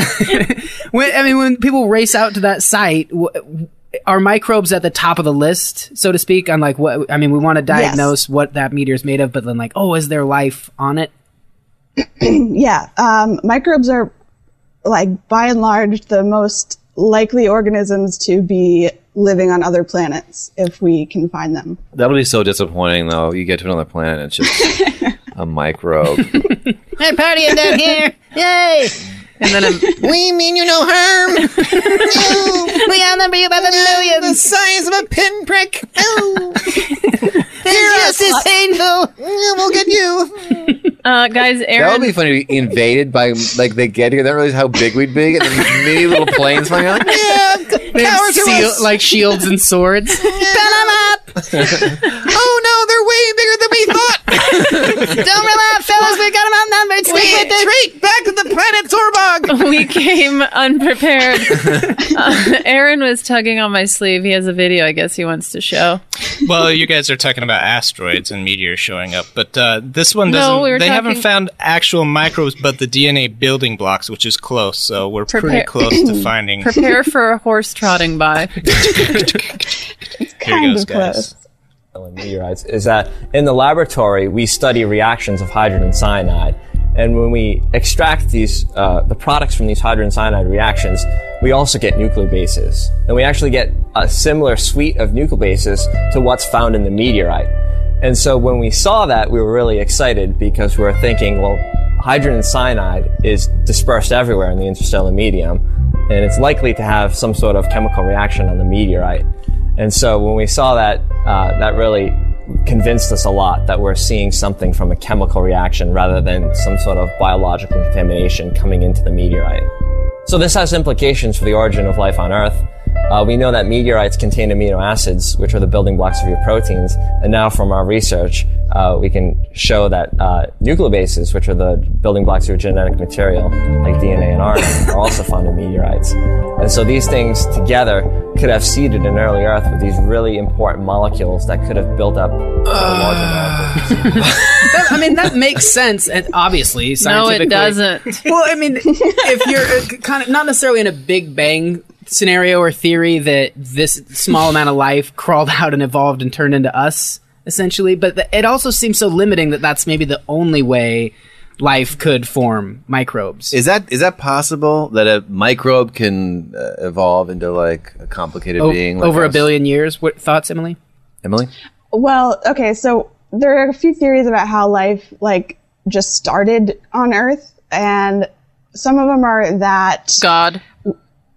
S7: When, I mean, when people race out to that site, w- are microbes at the top of the list, so to speak? On like what I mean, we want to diagnose what that meteor's made of, but then like, oh, is there life on it?
S12: yeah, um, microbes are like by and large the most likely organisms to be living on other planets if we can find them.
S6: That'll be so disappointing, though. You get to another planet, it's just a microbe.
S7: Hey, partying down here! Yay!
S5: And then I'm,
S3: We mean you no harm. no. <laughs> We outnumber you by
S5: <laughs>
S3: the millions. The size of a pinprick. <laughs> Oh. This is painful. We'll get you. <laughs>
S5: uh, guys,
S8: That
S5: Aaron.
S8: would be funny to be invaded by like they get here. They don't realize how big we'd be, and then many little planes flying out.
S7: They have
S3: Power to
S7: seal-
S3: us.
S7: like shields and <laughs> swords.
S3: Oh no, they're way bigger than we thought. Don't relax, fellas. We got them outnumbered.
S5: We
S3: Stick with retreat back to the planet Zorbog.
S5: we came unprepared.
S3: <laughs>
S5: Uh, Aaron was tugging on my sleeve. He has a video, I guess he wants to show.
S10: well, you guys are talking about asteroids and meteors showing up, but uh, this one
S5: No,
S10: doesn't.
S5: we were
S10: they
S5: talking-
S10: haven't found actual microbes, but the DNA building blocks, which is close. So we're pretty
S5: Prepare-
S10: close to
S5: <clears throat>
S10: finding.
S5: Prepare for a horse trotting by.
S10: Here goes, guys.
S13: and meteorites is that in the laboratory we study reactions of hydrogen and cyanide and when we extract these uh, the products from these hydrogen and cyanide reactions we also get nucleobases and we actually get a similar suite of nucleobases to what's found in the meteorite and so when we saw that we were really excited because we were thinking well hydrogen and cyanide is dispersed everywhere in the interstellar medium and it's likely to have some sort of chemical reaction on the meteorite. And so when we saw that, uh, that really convinced us a lot that we're seeing something from a chemical reaction rather than some sort of biological contamination coming into the meteorite. So this has implications for the origin of life on Earth. Uh, we know that meteorites contain amino acids, which are the building blocks of your proteins. And now from our research, uh, we can show that uh, nucleobases, which are the building blocks of your genetic material, like DNA and RNA, are also found in meteorites. And so these things together could have seeded an early Earth with these really important molecules that could have built up a large amount of
S7: That- I mean, that makes sense, and obviously, scientifically.
S5: doesn't.
S7: Well, I mean, if <laughs> you're uh, kind of not necessarily in a Big Bang scenario or theory that this small amount of life crawled out and evolved and turned into us, essentially, but th- it also seems so limiting that that's maybe the only way life could form
S8: <laughs>
S7: microbes.
S8: Is that is that possible that a microbe can uh, evolve into like a complicated
S7: O-
S8: being like
S7: over a
S8: us?
S7: billion years. What thoughts, Emily?
S8: Emily,
S12: Well, okay, so there are a few theories about how life like just started on Earth, and some of them are that
S5: God.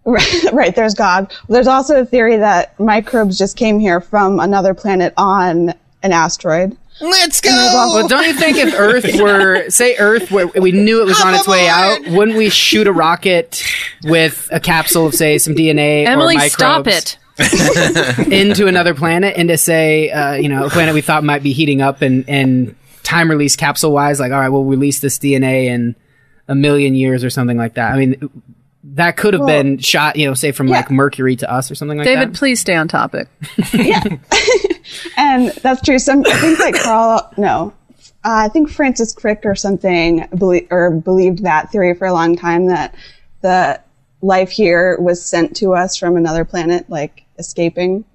S12: Right, <laughs> right, there's God. There's also a theory that microbes just came here from another planet on an asteroid.
S3: Let's go.
S7: Well, don't you think if
S8: <laughs>
S7: Earth were, say, Earth were, we knew it was on its way out, wouldn't we shoot a rocket with a capsule of, say, some DNA
S5: Emily,
S7: or
S5: stop
S7: microbes
S5: it.
S7: into another planet, into say, uh, you know, a planet we thought might be heating up, and and time release capsule wise, like, all right, we'll release this DNA in a million years or something like that. I mean. That could have
S5: Well-
S7: been shot, you know, say from like Mercury to us or something like
S5: David,
S7: that.
S5: please stay on topic.
S12: <laughs> And that's true. Some I think like Carl, no, uh, I think Francis Crick or something belie- or believed that theory for a long time that the life here was sent to us from another planet, like escaping.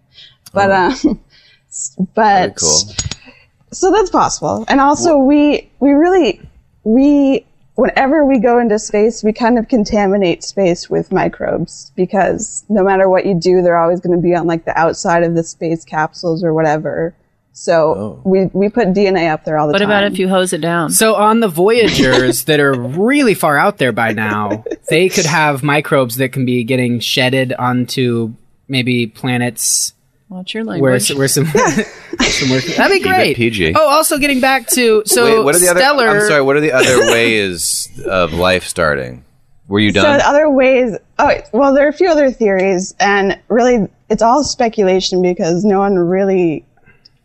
S12: But um, <laughs> s- but so that's possible. And also, we we really we whenever we go into space, we kind of contaminate space with microbes because no matter what you do, they're always going to be on like the outside of the space capsules or whatever. So we we put DNA up there all the
S5: What
S12: time.
S5: about if you hose it down?
S7: So on the Voyagers <laughs> that are really far out there by now, they could have microbes that can be getting shedded onto maybe planets
S5: Watch your
S7: where,
S5: language.
S7: s- where some, <laughs> some work- That'd be
S8: Keep it
S7: great.
S8: PG.
S7: Oh, also getting back to so
S8: Wait, what are the
S7: Stellar.
S8: other? I'm sorry. What are the other ways of life starting? Were you
S12: so
S8: done?
S12: other ways. Oh well, there are a few other theories, and really, it's all speculation because no one really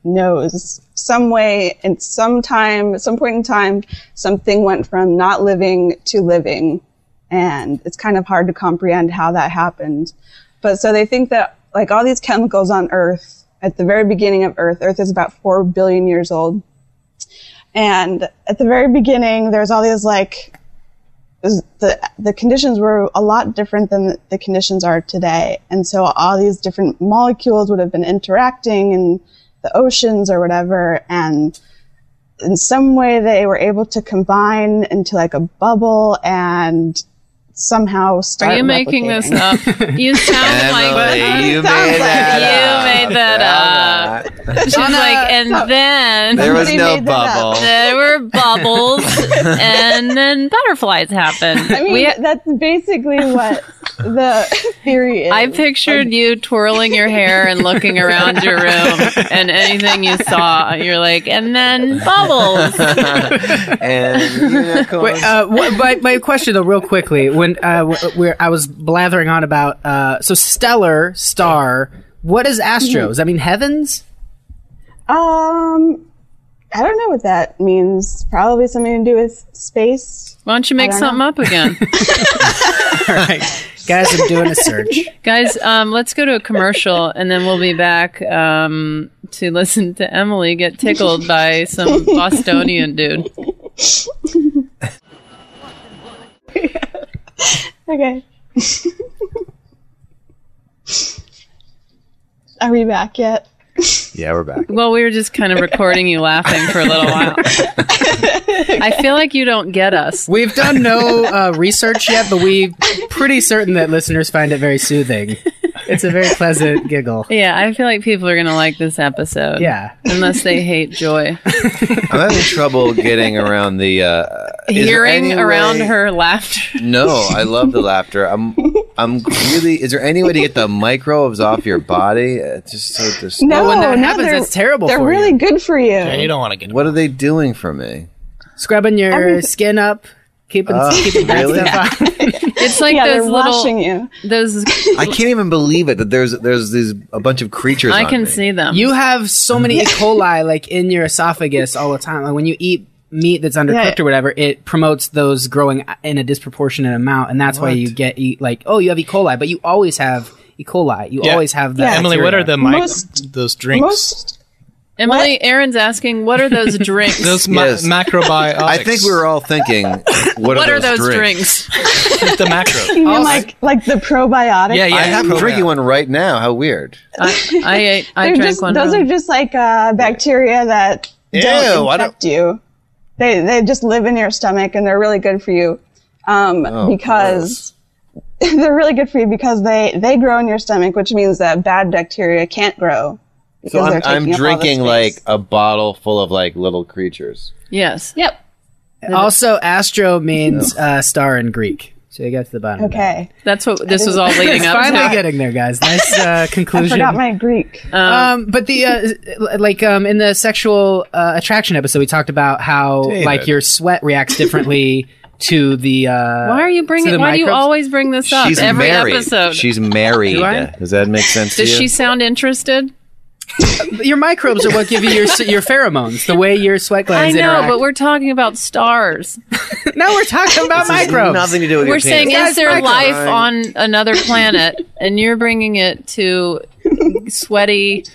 S12: knows. Some way, and some time, some point in time, something went from not living to living, and it's kind of hard to comprehend how that happened. But so they think that like all these chemicals on Earth at the very beginning of Earth, Earth is about four billion years old. And at the very beginning, there's all these like was- the the conditions were a lot different than the conditions are today, and so all these different molecules would have been interacting in the oceans or whatever, and in some way they were able to combine into like a bubble and somehow start.
S5: Are you making this
S12: replicating.
S5: up? You sound like
S12: Emily, you
S5: you
S12: made that
S5: made that up. She's
S12: Anna,
S5: like, and then
S12: There was Somebody no made that up. bubble.
S5: There were bubbles, and then butterflies happened.
S12: <laughs> I mean, that's
S5: <laughs>
S12: basically what the theory is.
S5: I pictured you twirling your hair and looking around your room, and anything you saw, you're like, and then bubbles.
S8: <laughs> and
S7: Wait, uh, what, my, my question though, real quickly, when uh, w- where I was blathering on about uh, so stellar star, what is astro? Does that mean heavens?
S12: Um, I don't know what that means. Probably something to do with space.
S5: Why don't you make something up again?
S7: Guys, I'm doing a search.
S5: Guys, um, let's go to a commercial and then we'll be back um, to listen to Emily get tickled by some Bostonian dude.
S12: Okay. <laughs> Are we back yet?
S8: yeah, we're back.
S5: Well, we were just kind of recording you laughing for a little while. I feel like you don't get us.
S7: We've done no uh, research yet, but we pretty certain that listeners find it very soothing. It's a very pleasant giggle.
S5: Yeah, I feel like people are going to like this episode.
S7: Yeah.
S5: Unless they hate joy.
S8: I'm having trouble getting around the uh, <laughs> is there
S5: Hearing
S8: any
S5: around
S8: way-
S5: her laughter.
S8: No, I love the laughter. I'm, I'm really. Is there any way to get the microbes off your body? It's just so disturbing.
S12: No, no, they're- They're really good for you.
S8: don't want to get. What are they doing for me?
S7: Scrubbing your skin up, keeping
S8: Oh,
S7: keeping that
S8: really?
S7: stuff on.
S5: It's like
S12: Yeah, they're
S5: those little.
S12: washing you.
S5: Those.
S8: I can't even believe it that there's there's these a bunch of creatures.
S7: I
S8: on
S7: can
S8: me.
S5: see them.
S7: You have so many E. coli like in your esophagus all the time. Like when you eat meat that's undercooked
S5: Yeah.
S7: or whatever, it promotes those growing in a disproportionate amount, and that's why
S10: What?
S7: you get e- like oh you have E. coli, but you always have E. coli. You
S10: Yeah.
S7: always have that.
S10: Emily, what
S7: bacteria.
S10: are the mic- those drinks?
S5: Emily, Aaron's asking, what are
S8: <laughs>
S5: those drinks?
S10: Those ma- macrobiotics.
S8: I think we were all thinking, what,
S5: What
S8: are those, drinks?
S10: drinks? the macro.
S12: You mean like like the probiotics?
S8: I have I'm drinking one right now. How weird.
S5: I, I, ate, I
S12: They're
S5: drank
S12: just,
S5: one.
S12: Those are just like uh, bacteria that
S8: Ew,
S12: don't
S8: I don't-
S12: infect you. They they just live in your stomach and they're really good for you um,
S2: Oh,
S12: because <laughs> they're really good for you because they they grow in your stomach, which means that bad bacteria can't grow.
S8: So
S12: because
S8: I'm, I'm
S12: they're taking up all the
S8: drinking
S12: space.
S8: like a bottle full of like little creatures.
S5: Yes.
S12: Yep.
S7: Also, astro means uh, star in Greek. So you got to the bottom.
S12: Okay.
S5: That's what this <laughs> was all leading up to.
S7: Finally
S10: <laughs>
S7: getting there, guys. Nice uh, conclusion.
S5: forgot my
S12: Greek.
S7: Um, but the uh, <laughs> l- like um, in the sexual uh, attraction episode, we talked about how
S5: David.
S7: like your sweat reacts differently to the. Uh,
S5: Why are you
S7: to
S5: bringing?
S7: the
S5: Why do you
S7: microbes.
S5: always bring this up
S8: She's
S5: every
S8: married.
S5: episode?
S8: She's married.
S5: Do I?
S8: Does that make sense
S5: Does
S8: to
S5: she
S8: you?
S5: sound interested?
S7: Your microbes are what give you your s- your pheromones. The way your sweat
S5: I
S7: glands
S5: know,
S7: interact.
S5: but we're talking about stars.
S7: now
S5: <laughs>
S7: we're talking about
S8: This has
S7: microbes.
S8: nothing to do with
S5: We're
S8: your
S5: saying,
S8: penis.
S5: is there
S8: Guys,
S5: life
S8: microbes.
S5: on <laughs> another planet? and you're bringing it to sweaty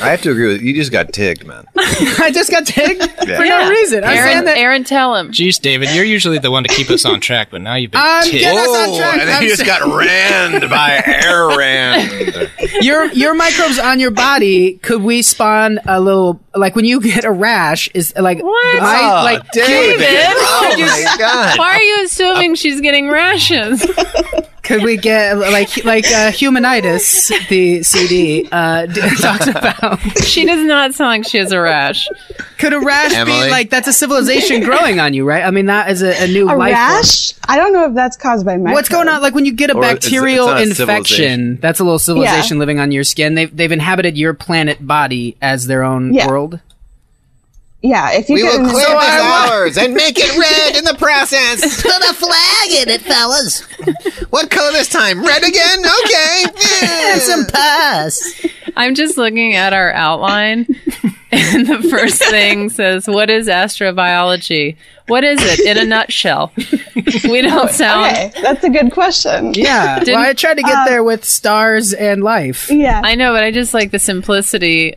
S8: I have to agree with you. You just got ticked, man.
S7: <laughs> I just
S5: <laughs>
S7: got ticked
S8: <laughs> Yeah.
S7: for no reason. I'm
S5: Aaron,
S7: saying that.
S5: Aaron, tell him.
S10: Jeez, David, you're usually the one to keep us on track, but now you've been
S7: Um,
S10: ticked.
S7: get us on track.
S6: and then he just got rammed by air ran.
S7: your your microbes on your body could we spawn a little like when you get a rash is like what?
S5: Oh,
S7: like
S8: Ah,
S5: David. Oh
S7: could you-
S5: my Why are you
S8: <laughs>
S5: assuming she's getting rashes?
S7: could we get like like uh, humanitis the CD uh, d- <laughs> talks about
S5: she does not sound like she has a rash
S7: could a rash
S12: Emily?
S7: be like that's a civilization growing on you right I mean that is a, a new
S12: A
S7: life form.
S12: rash? I don't know if that's caused by microbes.
S7: What's going on? Like when you get a
S12: Or it's- it's
S7: bacterial
S12: not a
S7: infection,
S12: civilization.
S7: that's a little civilization living on your skin. They've they've inhabited your planet body as their own
S12: Yeah.
S7: world.
S12: Yeah, if you
S3: We
S12: get
S3: will
S12: an-
S3: clear
S12: So
S3: this
S12: I want-
S3: ours and make it red in the process. Put a flag in it, fellas. What color this time? Red again? Okay. Yeah. Some pus.
S5: I'm just looking at our outline, and the first thing says, "What is astrobiology? What is it in a nutshell?" We don't sound.
S12: Okay, that's a good question. <laughs>
S7: Yeah, well, I tried to get
S12: Um,
S7: there with stars and life.
S12: Yeah,
S5: I know, but I just like the simplicity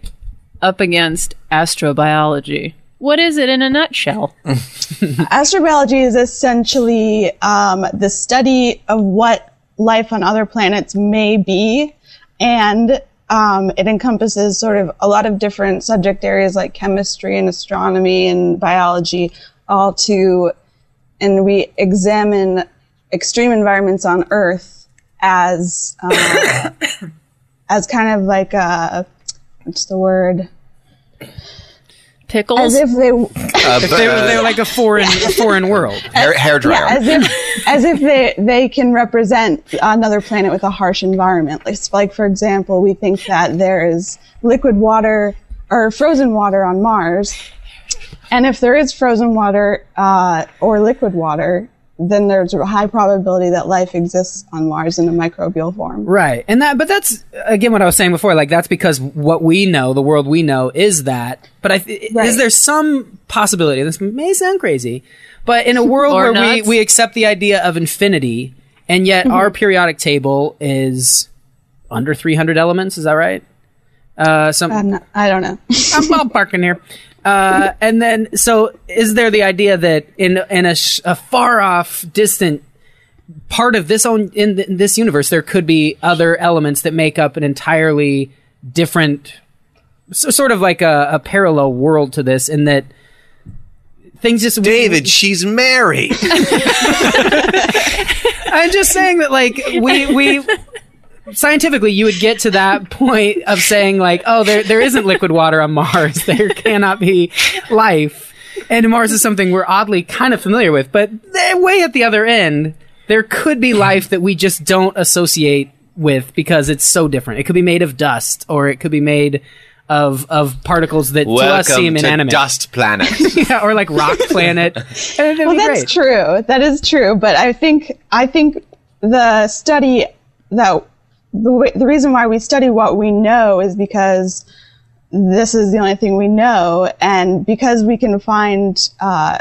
S5: up against astrobiology. What is it in a nutshell?
S12: Astrobiology is essentially um, the study of what life on other planets may be, and um, it encompasses sort of a lot of different subject areas like chemistry and astronomy and biology, all to, and we examine extreme environments on Earth as um, as kind of like a what's the word
S5: pickles
S12: as if they
S7: if they were, they were like a foreign a foreign world.
S8: Uh, Hair, hair dryer.
S12: Yeah, as if as if they they can represent another planet with a harsh environment. Like, like for example, we think that there is liquid water or frozen water on Mars, and if there is frozen water uh, or liquid water, then there's a high probability that life exists on Mars in a microbial form.
S7: Right. And that but that's again what I was saying before like that's because what we know, the world we know is that. But I th- is there some possibility this may sound crazy,
S5: <laughs>
S7: but in a world
S5: Or
S7: where we
S5: not. Mm-hmm.
S7: we accept the idea of infinity and yet our periodic table is under 300 elements, is that right? Uh some
S5: Um,
S12: I'm not, I don't know. <laughs>
S7: I'm ballparking here. Uh, and then, so is there the idea that in in a, sh- a far off, distant part of this own in, th- this universe, there could be other elements that make up an entirely different, so, sort of like a, a parallel world to this, and that things just David,
S8: she's married.
S7: I'm just saying that, like we
S12: <laughs>
S7: we. Scientifically, you would get to that point of saying like, "Oh, there there isn't liquid water on Mars. <laughs> There cannot be life." And Mars is something we're oddly kind of familiar with, but th- way at the other end, there could be life that we just don't associate with because it's so different. It could be made of dust, or it could be made of of particles that to us seem
S8: Welcome to
S7: inanimate,
S8: Dust Planet.
S5: <laughs>
S7: <laughs> yeah, or like rock
S8: <laughs>
S7: planet.
S12: well, that's true. That is true. But I think I think the study that the way, the reason why we study what we know is because this is the only thing we know, and because we can find uh,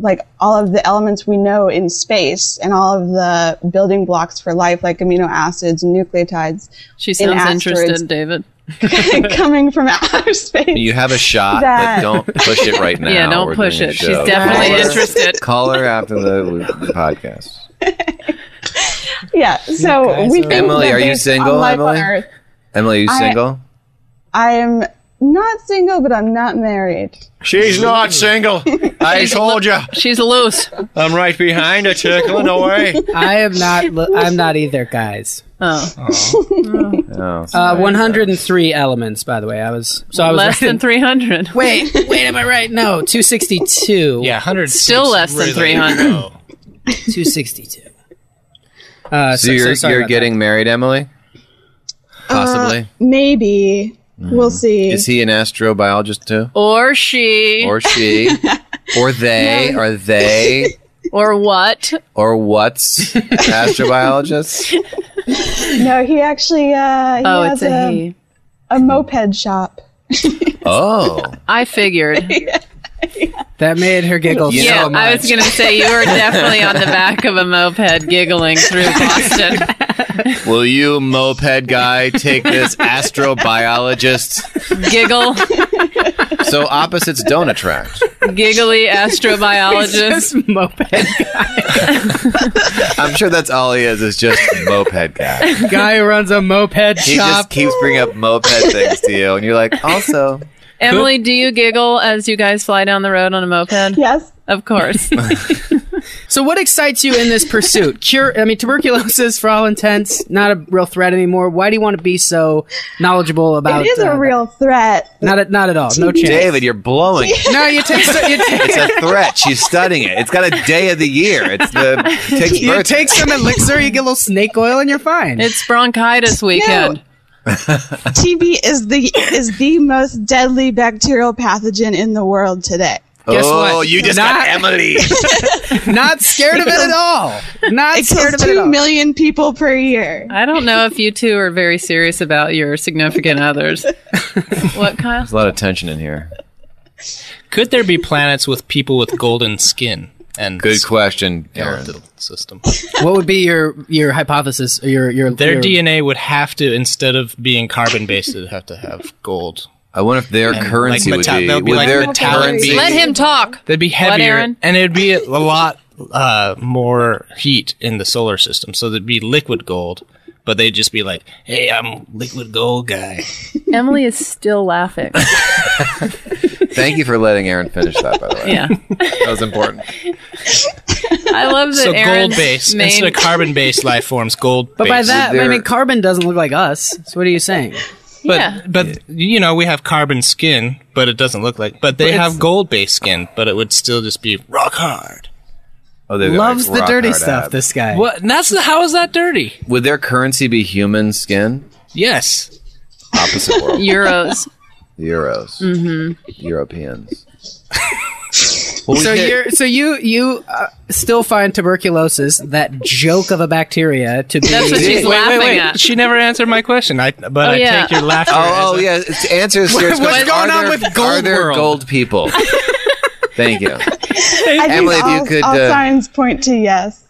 S12: like all of the elements we know in space and all of the building blocks for life, like amino acids and
S8: <laughs>
S12: nucleotides. <laughs>
S5: She
S12: in
S5: sounds
S12: asteroids
S5: interested, David.
S12: coming from <laughs> outer space.
S8: You have a shot, but
S12: That-
S8: don't push it right now.
S5: <laughs> Yeah, don't
S8: We're doing
S5: push
S8: a
S5: it. She's
S8: show.
S5: definitely
S8: Call her-
S5: interested.
S8: Call her after the, the podcast.
S12: Yeah. So we think
S8: Emily,
S12: that
S8: are you
S12: based on
S8: single,
S12: life on
S8: Emily?
S12: Earth-
S8: Emily, are you
S12: I-
S8: single?
S12: I am not single, but I'm not married.
S11: She's not
S12: <laughs>
S11: single. I told you.
S5: She's loose.
S11: I'm right behind her, tickling
S8: <laughs>
S11: away.
S7: I am not. li- I'm not either, guys.
S5: Oh,
S8: Oh.
S7: Uh, 103 elements, by the way. I was so I was
S5: less
S7: right
S5: than 300.
S7: Wait,
S5: <laughs>
S7: <laughs> wait, am I right? No, 262.
S10: Yeah, 100.
S5: Still less than 300.
S7: 262. Uh,
S8: so, you're, you're getting married, Emily? Possibly.
S12: Uh, maybe. We'll see.
S8: Mm. Is he an astrobiologist too?
S5: Or she.
S8: Or
S12: <laughs>
S8: she? or they? Are they?
S5: Or what?
S8: Or
S5: <laughs>
S8: what's astrobiologist?
S12: no, he actually uh, he
S5: Oh,
S12: has
S5: it's a
S12: a,
S5: he.
S12: a moped
S8: <laughs>
S12: shop. <laughs>
S8: Oh.
S5: I <laughs> figured.
S7: That made her giggle so
S5: yeah,
S7: much. <laughs>
S5: I was gonna say you were definitely on the back of a moped giggling through Boston.
S8: Will you, moped guy, take this astrobiologist?
S5: Giggle,
S8: So opposites don't attract.
S5: giggly
S12: <laughs>
S5: astrobiologist.
S8: I'm sure that's all he is, is just moped guy.
S7: <laughs> Guy who runs a moped
S8: He
S7: shop.
S8: just keeps bringing up moped things to you, and you're like, also,
S5: Emily, do you giggle as you guys fly down the road on a moped?
S12: Yes,
S5: of
S7: <laughs>
S5: course.
S7: So, what excites you in this
S8: <laughs>
S7: pursuit? Cure. I mean, tuberculosis, for all intents, not a real threat anymore. Why do you want to be so knowledgeable about?
S12: it is
S7: uh,
S12: a real
S8: <laughs>
S12: threat.
S7: not at not at all. No chance.
S8: David, you're blowing. it.
S7: No, you take. so- You take
S8: <laughs> It's a threat. She's studying it. It's got a day of the year. It's
S7: <laughs>
S8: the takes
S7: you
S8: birth.
S7: take some elixir, you get a little snake oil, and you're fine.
S5: It's bronchitis
S12: weekend. TB is the is the most deadly bacterial pathogen in the world today.
S7: Guess
S8: oh,
S7: what?
S8: you just got
S7: Not-
S8: Emily.
S7: <laughs> Not scared of it at all. Not
S12: it kills
S5: scared of it at all.
S12: two million people per year.
S5: I don't know if you two are very serious about your significant
S7: <laughs>
S5: others. what, Kyle?
S8: There's a lot of tension in here.
S10: Could there be planets with people with golden skin and
S8: Good question, Aaron.
S10: skeletal system?
S7: what would be your your hypothesis? Or your your
S10: Their
S7: your-
S10: DNA would have to, instead of being carbon based, it would have to have gold.
S8: I wonder if their
S10: And,
S8: currency
S10: like,
S8: would
S10: meta-
S8: be.
S10: they'll be
S8: would
S10: like
S8: their
S10: metallic
S8: currency?
S5: Let him talk.
S10: They'd be
S5: What,
S10: heavier,
S5: Aaron?
S10: and it'd be a lot uh, more heat in the solar system. So there'd be liquid gold, but they'd just be like, "Hey, I'm liquid gold guy."
S5: Emily is still laughing.
S8: Thank you for letting Aaron finish that. By the way,
S5: Yeah.
S8: that was important.
S5: I love that
S10: so
S5: Aaron's
S10: gold based
S5: main-
S10: instead of carbon based life forms, gold.
S7: But by
S10: based.
S7: that, I mean carbon doesn't look like us. So what are you saying?
S5: <laughs>
S10: But
S7: Yeah.
S10: but you know we have carbon skin, but it doesn't look like. But they
S7: But
S10: have gold based skin, but it would still just be rock hard.
S8: Oh, they've got, like,
S7: Loves the
S8: rock
S7: dirty
S8: hard
S7: stuff.
S8: abs.
S7: This guy.
S10: What? That's how is that dirty?
S8: Would their currency be human skin?
S10: Yes.
S8: Opposite world.
S5: Euros.
S8: Euros.
S5: Mm-hmm.
S8: Europeans.
S7: so you're so you you uh, still find tuberculosis that joke of a bacteria to be.
S10: That's what she's Wait, wait, laughing wait. at. She never answered my question. I but
S7: Oh,
S10: I
S7: yeah.
S10: take your laughter.
S8: Oh, oh
S10: as a-
S8: yeah. It's to answer
S10: <laughs>
S8: is
S10: What-
S8: serious.
S10: what's
S8: question.
S10: going
S8: Are
S10: on
S8: there-
S10: with
S8: Are
S10: Gold
S8: there
S10: World?
S8: gold
S10: <laughs>
S8: people? Thank you.
S12: I think
S8: Emily, if you
S12: all,
S8: could,
S12: all
S8: uh,
S12: signs point to yes.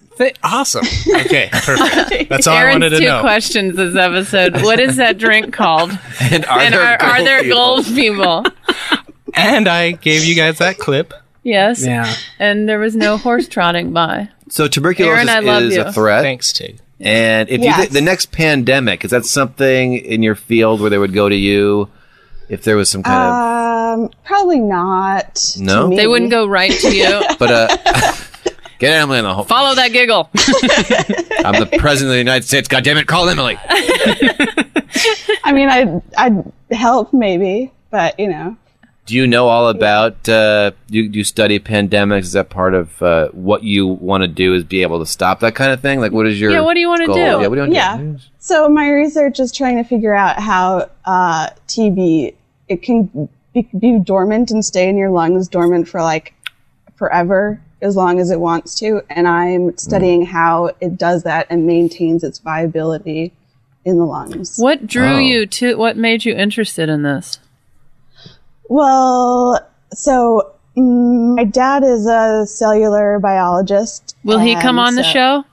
S10: awesome. Okay, perfect. That's all
S5: Aaron's
S10: I wanted to
S5: two
S10: know.
S5: questions this episode. What is that
S10: <laughs>
S5: drink called?
S8: And
S10: are
S5: and
S10: there
S5: are, are
S10: gold
S5: there
S10: people?
S5: gold people?
S10: <laughs> And I gave you guys that clip.
S5: Yes.
S10: Yeah.
S5: And there was no horse trotting by.
S8: So tuberculosis
S5: Aaron, I love
S8: is
S5: you.
S8: a threat.
S10: Thanks, Tig.
S8: And if you
S5: Yes.
S8: think the next pandemic is that something in your field where they would go to you if there was some kind
S12: Um, probably not. to
S8: No?
S12: me.
S5: They wouldn't go right to
S10: <laughs>
S5: you.
S8: of. But uh,
S5: <laughs>
S8: <laughs> get Emily on the home.
S5: Follow that giggle.
S8: I'm the president of the United States. God damn it! Call Emily.
S12: I mean, I'd I'd help maybe, but you know,
S8: Do you know all about? Uh, you you study pandemics? Is that part of uh, what you want to do? Is be able to stop that kind of thing? Like, what is your?
S12: Yeah, what do you wanna
S8: goal?
S12: do?
S8: Yeah, what do you want to
S12: Yeah.
S8: do?
S12: So my research is trying to figure out how uh, TB it can be, be dormant and stay in your lungs dormant for like forever as long as it wants to, and I'm studying how it does that and maintains its viability in the lungs.
S5: What
S10: Oh.
S5: drew you to what made you interested in this?
S12: Well, so mm, my dad is a cellular biologist.
S5: Will he
S12: and
S5: come on the
S12: Uh, so-
S5: show?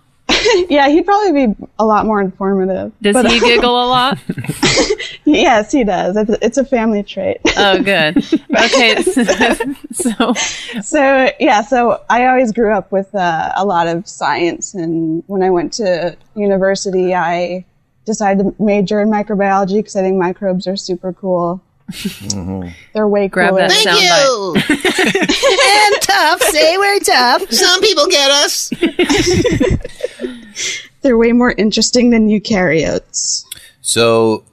S12: yeah, he'd probably be a lot more informative.
S5: Does
S12: But, <laughs>
S5: he
S12: um,
S5: giggle a lot?
S12: <laughs> Yes, he does. It's, it's a family trait.
S5: Oh, good. Okay. <laughs> so,
S12: so yeah, so I always grew up with uh, a lot of science, and when I went to university, I decided to major in microbiology because I think microbes are super cool. They're way
S5: Grab
S12: cooler.
S5: that
S12: <laughs>
S5: Thank soundbite.
S3: and tough. Say we're tough. Some people get us.
S12: They're way more interesting than eukaryotes.
S8: So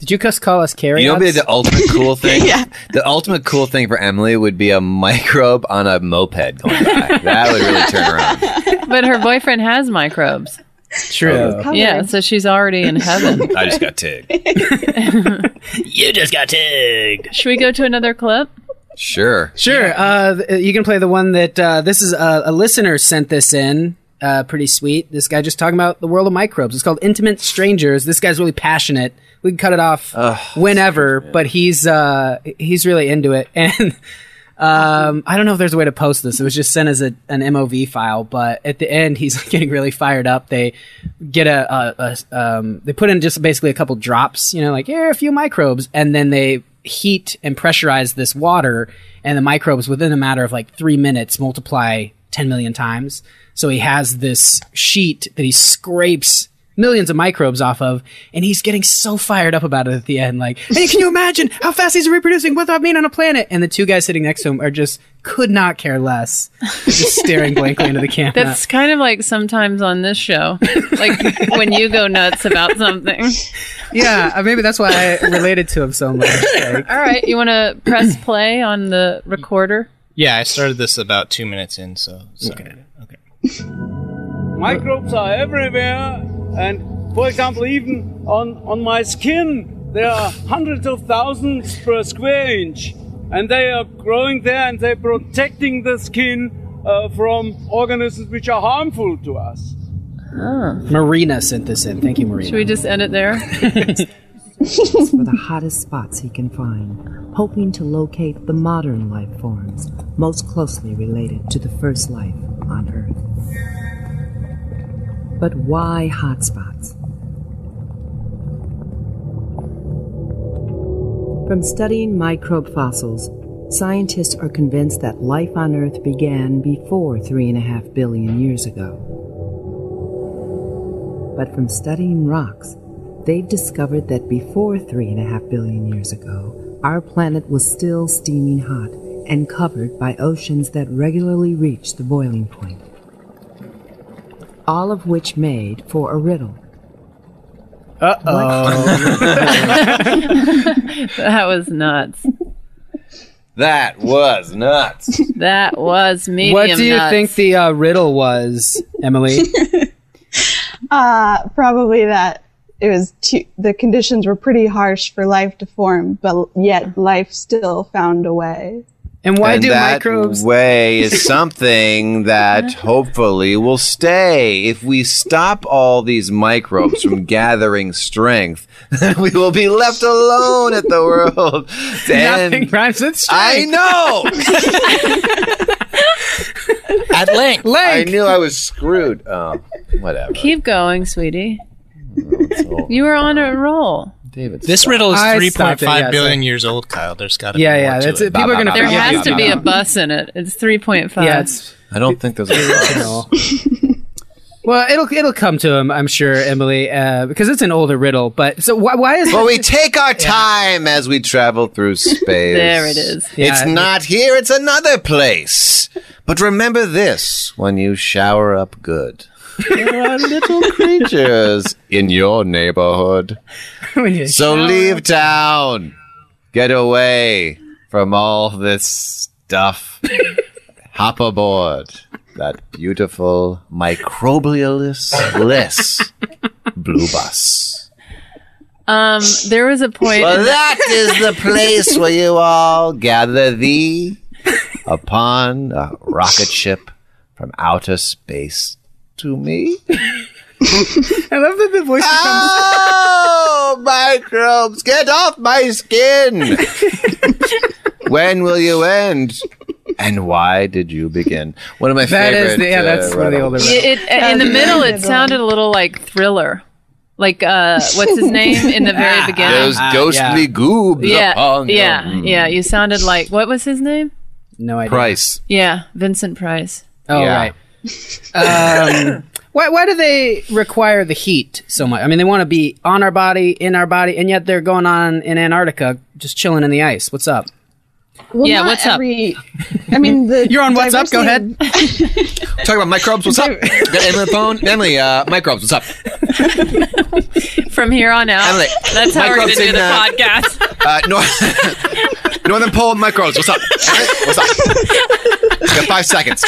S7: Did you just call us carry?
S8: You know, what would be the ultimate cool
S12: <laughs>
S8: thing. The ultimate cool thing for Emily would be a microbe on a moped going by. that would really turn her on.
S5: but her boyfriend has microbes.
S7: True.
S5: Yeah, so she's already in
S10: <laughs>
S5: heaven.
S8: I just got tigged.
S10: You just got tigged.
S5: Should we go to another clip?
S8: Sure.
S7: Sure. Uh, th- you can play the one that uh, this is a, a listener sent this in. Uh, pretty sweet. This guy just talking about the world of microbes. It's called Intimate Strangers. This guy's really passionate. We can cut it off whenever, but he's uh, he's really into it. <laughs> And Um, I don't know if there's a way to post this. It was just sent as a, an MOV file, but at the end, <laughs> he's getting really fired up. They get a, a, a um, they put in just basically a couple drops, you know, like here are a few microbes, and then they heat and pressurize this water, and the microbes within a matter of like three minutes multiply 10 million times. So he has this sheet that he scrapes millions of microbes off of, and he's getting so fired up about it at the end. Like, hey, can you imagine how fast he's reproducing without being on a planet? And the two guys sitting next to him are just could not care less,
S5: <laughs>
S7: just staring blankly into the camera.
S5: That's kind of like sometimes on this show,
S7: <laughs>
S5: like when you go nuts about something.
S7: yeah, uh, maybe that's why I related to him so much. Like,
S5: All right, you want to press play on the recorder?
S10: Yeah, I started this about two minutes in, so sorry.
S2: Microbes are everywhere, and for example, even uh, on, on my skin, there are hundreds of thousands per square inch, and they are growing there and they're protecting the skin uh, from organisms which are harmful to us.
S7: Marina sent this in. Thank you, Marina.
S5: Should we just end it there?
S14: for the hottest spots he can find, hoping to locate the modern life forms most closely related to the first life on Earth. But why hotspots? From studying microbe fossils, scientists are convinced that life on Earth began before three and a half billion years ago. But from studying rocks, they've discovered that before three and a half billion years ago, our planet was still steaming hot and covered by oceans that regularly reach the boiling point. All of which made for a riddle.
S7: Uh
S5: that was nuts.
S8: That was nuts.
S5: That was medium.
S7: what do you
S5: nuts.
S7: think the uh, riddle was,
S5: <laughs>
S7: Emily?
S12: Uh, probably that it was too, the conditions were pretty harsh for life to form, but yet life still found a way.
S7: And
S8: and that
S7: <laughs>
S8: way is something that hopefully will stay. If we stop all these microbes
S7: <laughs>
S8: from gathering strength, <laughs> we will be left alone at the
S7: <laughs>
S8: world. Nothing
S7: rhymes with
S8: I
S7: <laughs>
S8: know.
S10: At length.
S8: I knew I was screwed. Oh,
S7: <laughs>
S8: whatever.
S5: Keep going,
S8: <laughs>
S5: sweetie. You were on a roll.
S8: David,
S10: This riddle is
S5: I
S10: three point
S5: stopped it,
S10: five
S5: yes,
S10: billion years old, Kyle. There's got to
S7: Yeah,
S10: be
S7: yeah,
S10: More to
S7: that's
S10: it.
S7: it. People are gonna
S5: There has to be a bus in it. It's three point five.
S7: Yeah, it's-
S8: I don't think
S7: <laughs>
S8: there's <laughs> a
S7: Well, it'll it'll come to him, I'm sure, Emily, uh, because it's an older riddle. But so why, why is
S8: Well, we take our time as we travel through space.
S7: <laughs> There it is.
S8: it's
S7: <laughs> Yeah. <laughs>
S8: not here, it's another place. But remember this when you shower up good. There are little creatures in your neighborhood. So leave town. Get away from all this stuff. Hop aboard that beautiful microbialist less blue bus.
S5: Um, there was a point.
S8: Well,
S7: <laughs>
S5: in
S8: that is the place where you all gather thee upon a rocket ship from outer space to me.
S7: I love that the voice
S8: Oh, microbes, get off my skin! when will you end? And why did you begin? One of my
S7: That
S8: favorite. uh,
S7: is the- yeah, that's one of the
S8: riddles.
S7: older
S5: It, it- in the middle, it sounded a little like thriller. Like uh, what's his name in the very beginning?
S8: Ah, Those
S7: Ah,
S8: ghostly goobs
S5: yeah,
S8: upon
S5: yeah,
S8: your-
S5: yeah. You sounded like what was his name?
S7: No idea.
S8: Price.
S5: Yeah, Vincent Price.
S7: Oh right. Um, <laughs> why why do they require the heat so much? I mean, they want to be on our body, in our body, and yet they're going on in Antarctica, just chilling in the ice. What's up?
S12: Well,
S7: Yeah,
S12: not
S7: what's up?
S12: every, up? I mean, the
S7: <laughs> You're on what's up? Go ahead.
S8: Talking about microbes, what's
S7: <laughs>
S8: up? Got Emily on the phone. Emily, uh, microbes, what's up?
S5: From here on out,
S8: Emily,
S5: that's how we're going to
S8: microbes
S5: do
S8: in,
S5: the
S8: uh,
S5: podcast.
S8: Uh, North- <laughs> Northern Pole microbes, what's up? Emily, What's up? You got five seconds.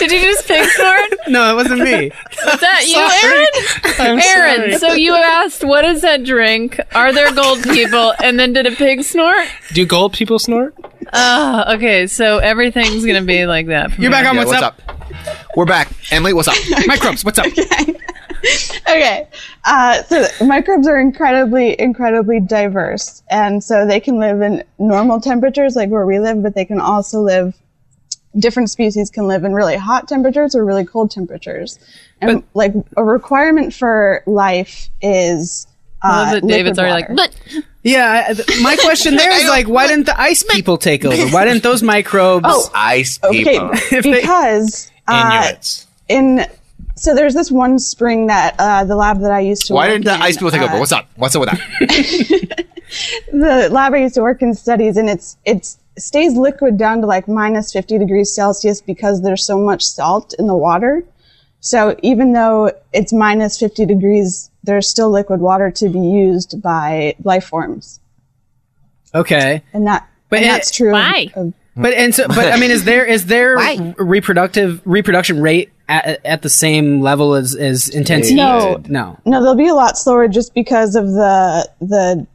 S5: Did you just pick Sword?
S7: no, it wasn't me.
S5: Is that you,
S7: <laughs> Sorry.
S5: Aaron?
S7: I'm
S5: Aaron,
S7: sorry.
S5: so you asked, what is that drink? Are there gold people? And then did a pig snort?
S10: Do gold people snort?
S5: Oh, okay. So everything's going to be like that. from
S8: You're back
S5: here.
S8: on Yeah, What's what's Up? We're back. Emily, what's up?
S7: Microbes, what's up?
S12: <laughs> okay. Uh, so the microbes are incredibly, incredibly diverse, and so they can live in normal temperatures like where we live, but they can also live. Different species can live in really hot temperatures or really cold temperatures, and like a requirement for life is. Uh,
S5: I love that David's
S12: liquid
S5: already
S12: water.
S5: like, but
S7: Yeah, <laughs> I- th- my question there is like, why didn't the ice people take over? Why didn't <laughs> those microbes?
S12: Oh,
S8: ice
S7: <laughs>
S12: because uh,
S10: Inuits.
S12: in so there's this one spring that uh, the lab that I used to
S8: Why
S12: work
S8: didn't the
S12: in,
S8: ice people take
S12: uh,
S8: over? What's up? What's up with that?
S12: the lab I used to work in studies, and it's it's stays liquid down to like minus 50 degrees Celsius because there's so much salt in the water. So even though it's minus 50 degrees, there's still liquid water to be used by life forms,
S7: okay,
S12: and that
S7: But
S12: and
S7: it-
S12: that's true. Why?
S7: but and so, but I mean, is there is there r- reproductive reproduction rate at, at the same level as as intensity?
S12: No.
S7: no.
S12: No, they'll be a lot slower just because of the the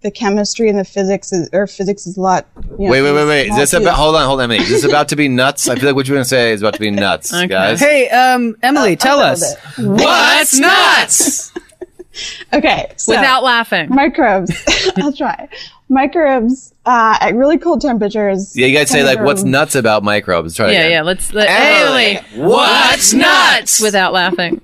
S12: the chemistry and the physics is, or physics is a lot. You know,
S8: wait, wait, wait, wait. Is
S12: small
S8: this
S12: too.
S8: about? Hold on, hold on, Emily. Is this about to be nuts? I feel like what you're gonna say is about to be nuts, guys.
S7: Hey, um, Emily, tell us
S12: What's nuts? okay, so
S5: Without laughing,
S12: microbes. <laughs> I'll try. Microbes uh, at really cold temperatures.
S8: Yeah, you guys say like, "What's nuts about microbes?" Try
S5: yeah,
S8: again.
S5: yeah. Let's let
S12: Emily, what's nuts?
S5: Without laughing.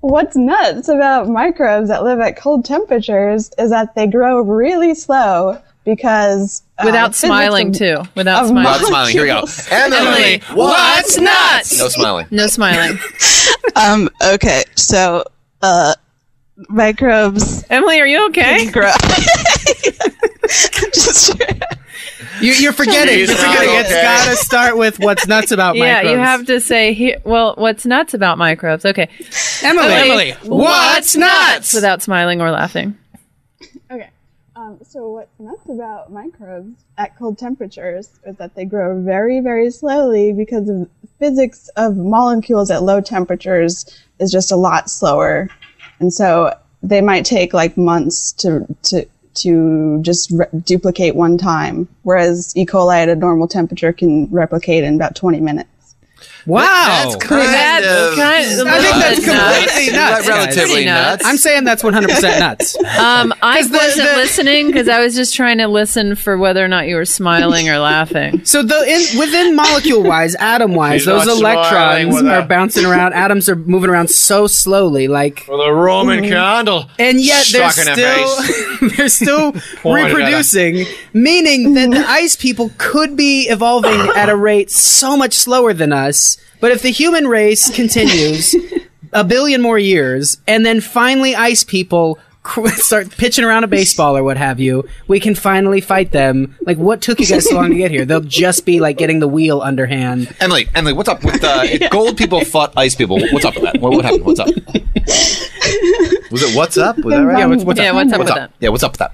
S12: What's nuts about microbes that live at cold temperatures is that they grow really slow because uh,
S5: Without
S12: the physics
S5: smiling
S12: of-
S5: too. Without
S12: of
S5: smiling.
S8: Without smiling. Here we go. Emily,
S12: what's nuts?
S8: No smiling.
S5: No smiling.
S12: um. Okay. So, uh,
S5: <laughs>
S12: microbes.
S5: Emily, are you okay?
S12: <laughs>
S7: you, you're forgetting.
S5: She's
S7: You're forgetting.
S5: not
S7: It's
S5: okay.
S7: gotta start with what's nuts about
S5: yeah,
S7: microbes.
S5: you have to say here. Well, what's nuts about microbes? Okay,
S7: Emily. Emily, what's nuts?
S5: Without smiling or laughing.
S12: Okay. Um, so what's nuts about microbes at cold temperatures is that they grow very, very slowly because of physics of molecules at low temperatures is just a lot slower, and so they might take like months to to to just re- duplicate one time, whereas E. coli at a normal temperature can replicate in about 20 minutes.
S7: Wow,
S12: That's kind That's of- kind of
S7: I think that's
S12: nuts.
S7: completely nuts.
S12: Like, relatively
S7: guys.
S12: nuts.
S7: I'm saying that's 100 percent nuts.
S5: <laughs> Um, I
S7: 'Cause the-
S5: wasn't
S7: the-
S5: listening because I was just trying to listen for whether or not you were smiling or laughing.
S7: So the in, within
S5: <laughs>
S7: molecule wise, atom wise,
S5: She's
S7: those
S5: not smiling
S7: electrons
S5: with
S7: are
S5: that.
S7: bouncing around. Atoms are moving around so slowly, like
S11: with a Roman
S7: Mhm.
S11: candle.
S7: And yet they're
S11: stuck in a
S7: still <laughs> they're still
S11: Pointed at a-
S7: reproducing, meaning that <laughs> the ice people could be evolving at a rate so much slower than us. But if the human race <laughs> continues a billion more years, and then finally ice people cr- <laughs> start pitching around a baseball or what have you, we can finally fight them. Like, what took you guys so long to get here? They'll just be like getting the wheel underhand.
S8: Emily, Emily, what's up with uh, if gold people fought ice people? What's up with that? What, what happened? <laughs> What's up? Was it what's up? Was that right?
S7: Yeah, what's- what's Yeah, up? what's up with that?
S8: Yeah, what's up with that?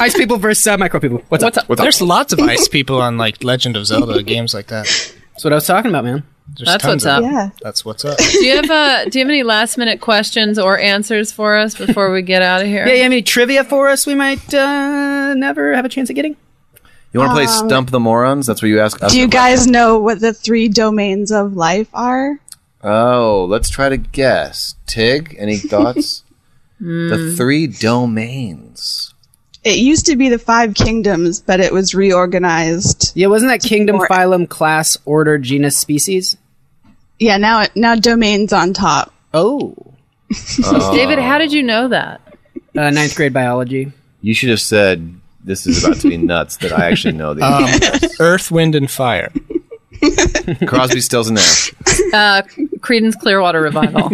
S7: Ice people versus uh, micro people. What's, up? What's up?
S10: There's lots of ice people on like Legend of Zelda games like that. That's
S7: what I was talking about, man.
S10: There's
S5: That's what's
S10: tons of
S5: up.
S10: them.
S5: Yeah.
S8: Uh,
S10: That's what's up.
S5: Do you have uh, Do you have any last minute questions or answers for us before we get out of here?
S7: Yeah, you have any trivia for us we might uh, never have a chance at getting?
S8: You want to play
S12: Um,
S8: Stump the Morons? That's what you ask us.
S12: Do you
S8: about.
S12: guys know what the three domains of life are?
S8: Oh, let's try to guess. Tig, any thoughts? The three domains.
S12: It used to be the five kingdoms, but it was reorganized.
S7: Yeah, wasn't that kingdom, phylum, class, order, genus, species?
S12: Yeah, now it now domains on top.
S7: Oh,
S5: David, how did you know that?
S7: Uh, ninth grade <laughs> biology.
S8: You should have said this is about to be nuts. That I actually know <laughs> the
S10: Um, Earth, Wind, and Fire.
S8: Crosby, Stills, and Nash.
S5: Uh, Credence Clearwater
S7: <laughs>
S5: Revival.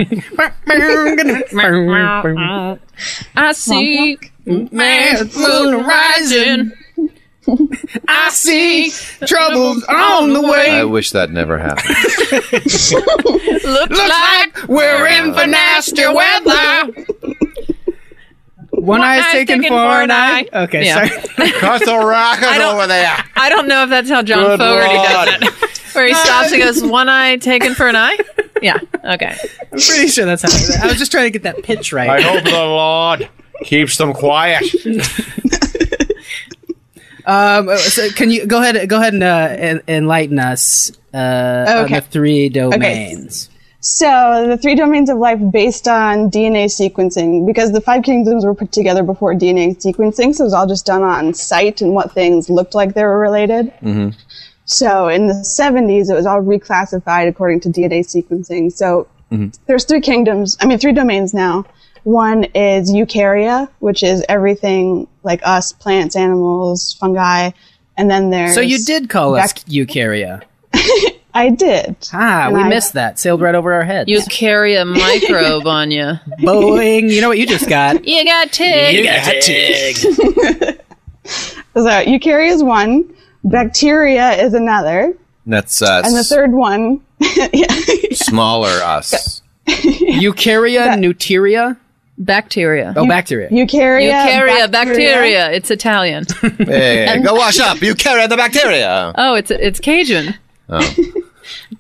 S5: I see man's moon rising.
S7: I see troubles on the way.
S8: I wish that never happened.
S7: Looks, like we're in for nasty weather. One, eye's taken, for an eye. Okay,
S5: Yeah.
S7: sorry.
S8: Cut the rocket
S5: over
S8: there.
S5: I don't know if that's how John
S7: Good
S5: Fogerty
S7: Lord.
S5: does it, where he stops and goes, "One eye taken for an <laughs> eye." Yeah. Okay.
S7: I'm <laughs> pretty sure that's how it is. I was just trying to get that pitch right.
S11: I hope the Lord keeps them quiet.
S7: Um, <laughs> uh, so can you go ahead? Go ahead and uh, en- enlighten us uh, on the
S12: Okay.
S7: three
S12: Okay.
S7: domains.
S12: So the three domains of life based on DNA sequencing, because the five kingdoms were put together before DNA sequencing, so it was all just done on site and what things looked like they were related.
S8: Mm-hmm.
S12: So in the 70s, it was all reclassified according to DNA sequencing. So
S7: Mm-hmm.
S12: there's three kingdoms, I mean, three domains now. One is eukarya, which is everything like us, plants, animals, fungi. And then there's.
S7: So you did call us
S12: bac-
S7: eukarya.
S12: I did.
S7: Ah,
S12: And
S7: we
S12: I-
S7: missed that. Sailed right over our heads.
S5: You carry a microbe on you.
S7: Boeing. You know what you just
S5: <laughs>
S7: got?
S5: <laughs> You got tig.
S12: So eukarya is one, bacteria is another,
S8: That's us.
S12: and the third one. <laughs>
S8: Smaller us.
S7: Eukarya, Neuteria?
S5: Bacteria.
S7: Oh, bacteria.
S12: Eukarya.
S5: Eukarya, bacteria.
S12: bacteria.
S5: It's Italian.
S8: Hey,
S5: And-
S8: go wash up. You carry the bacteria.
S5: Oh, it's it's Cajun.
S8: Oh.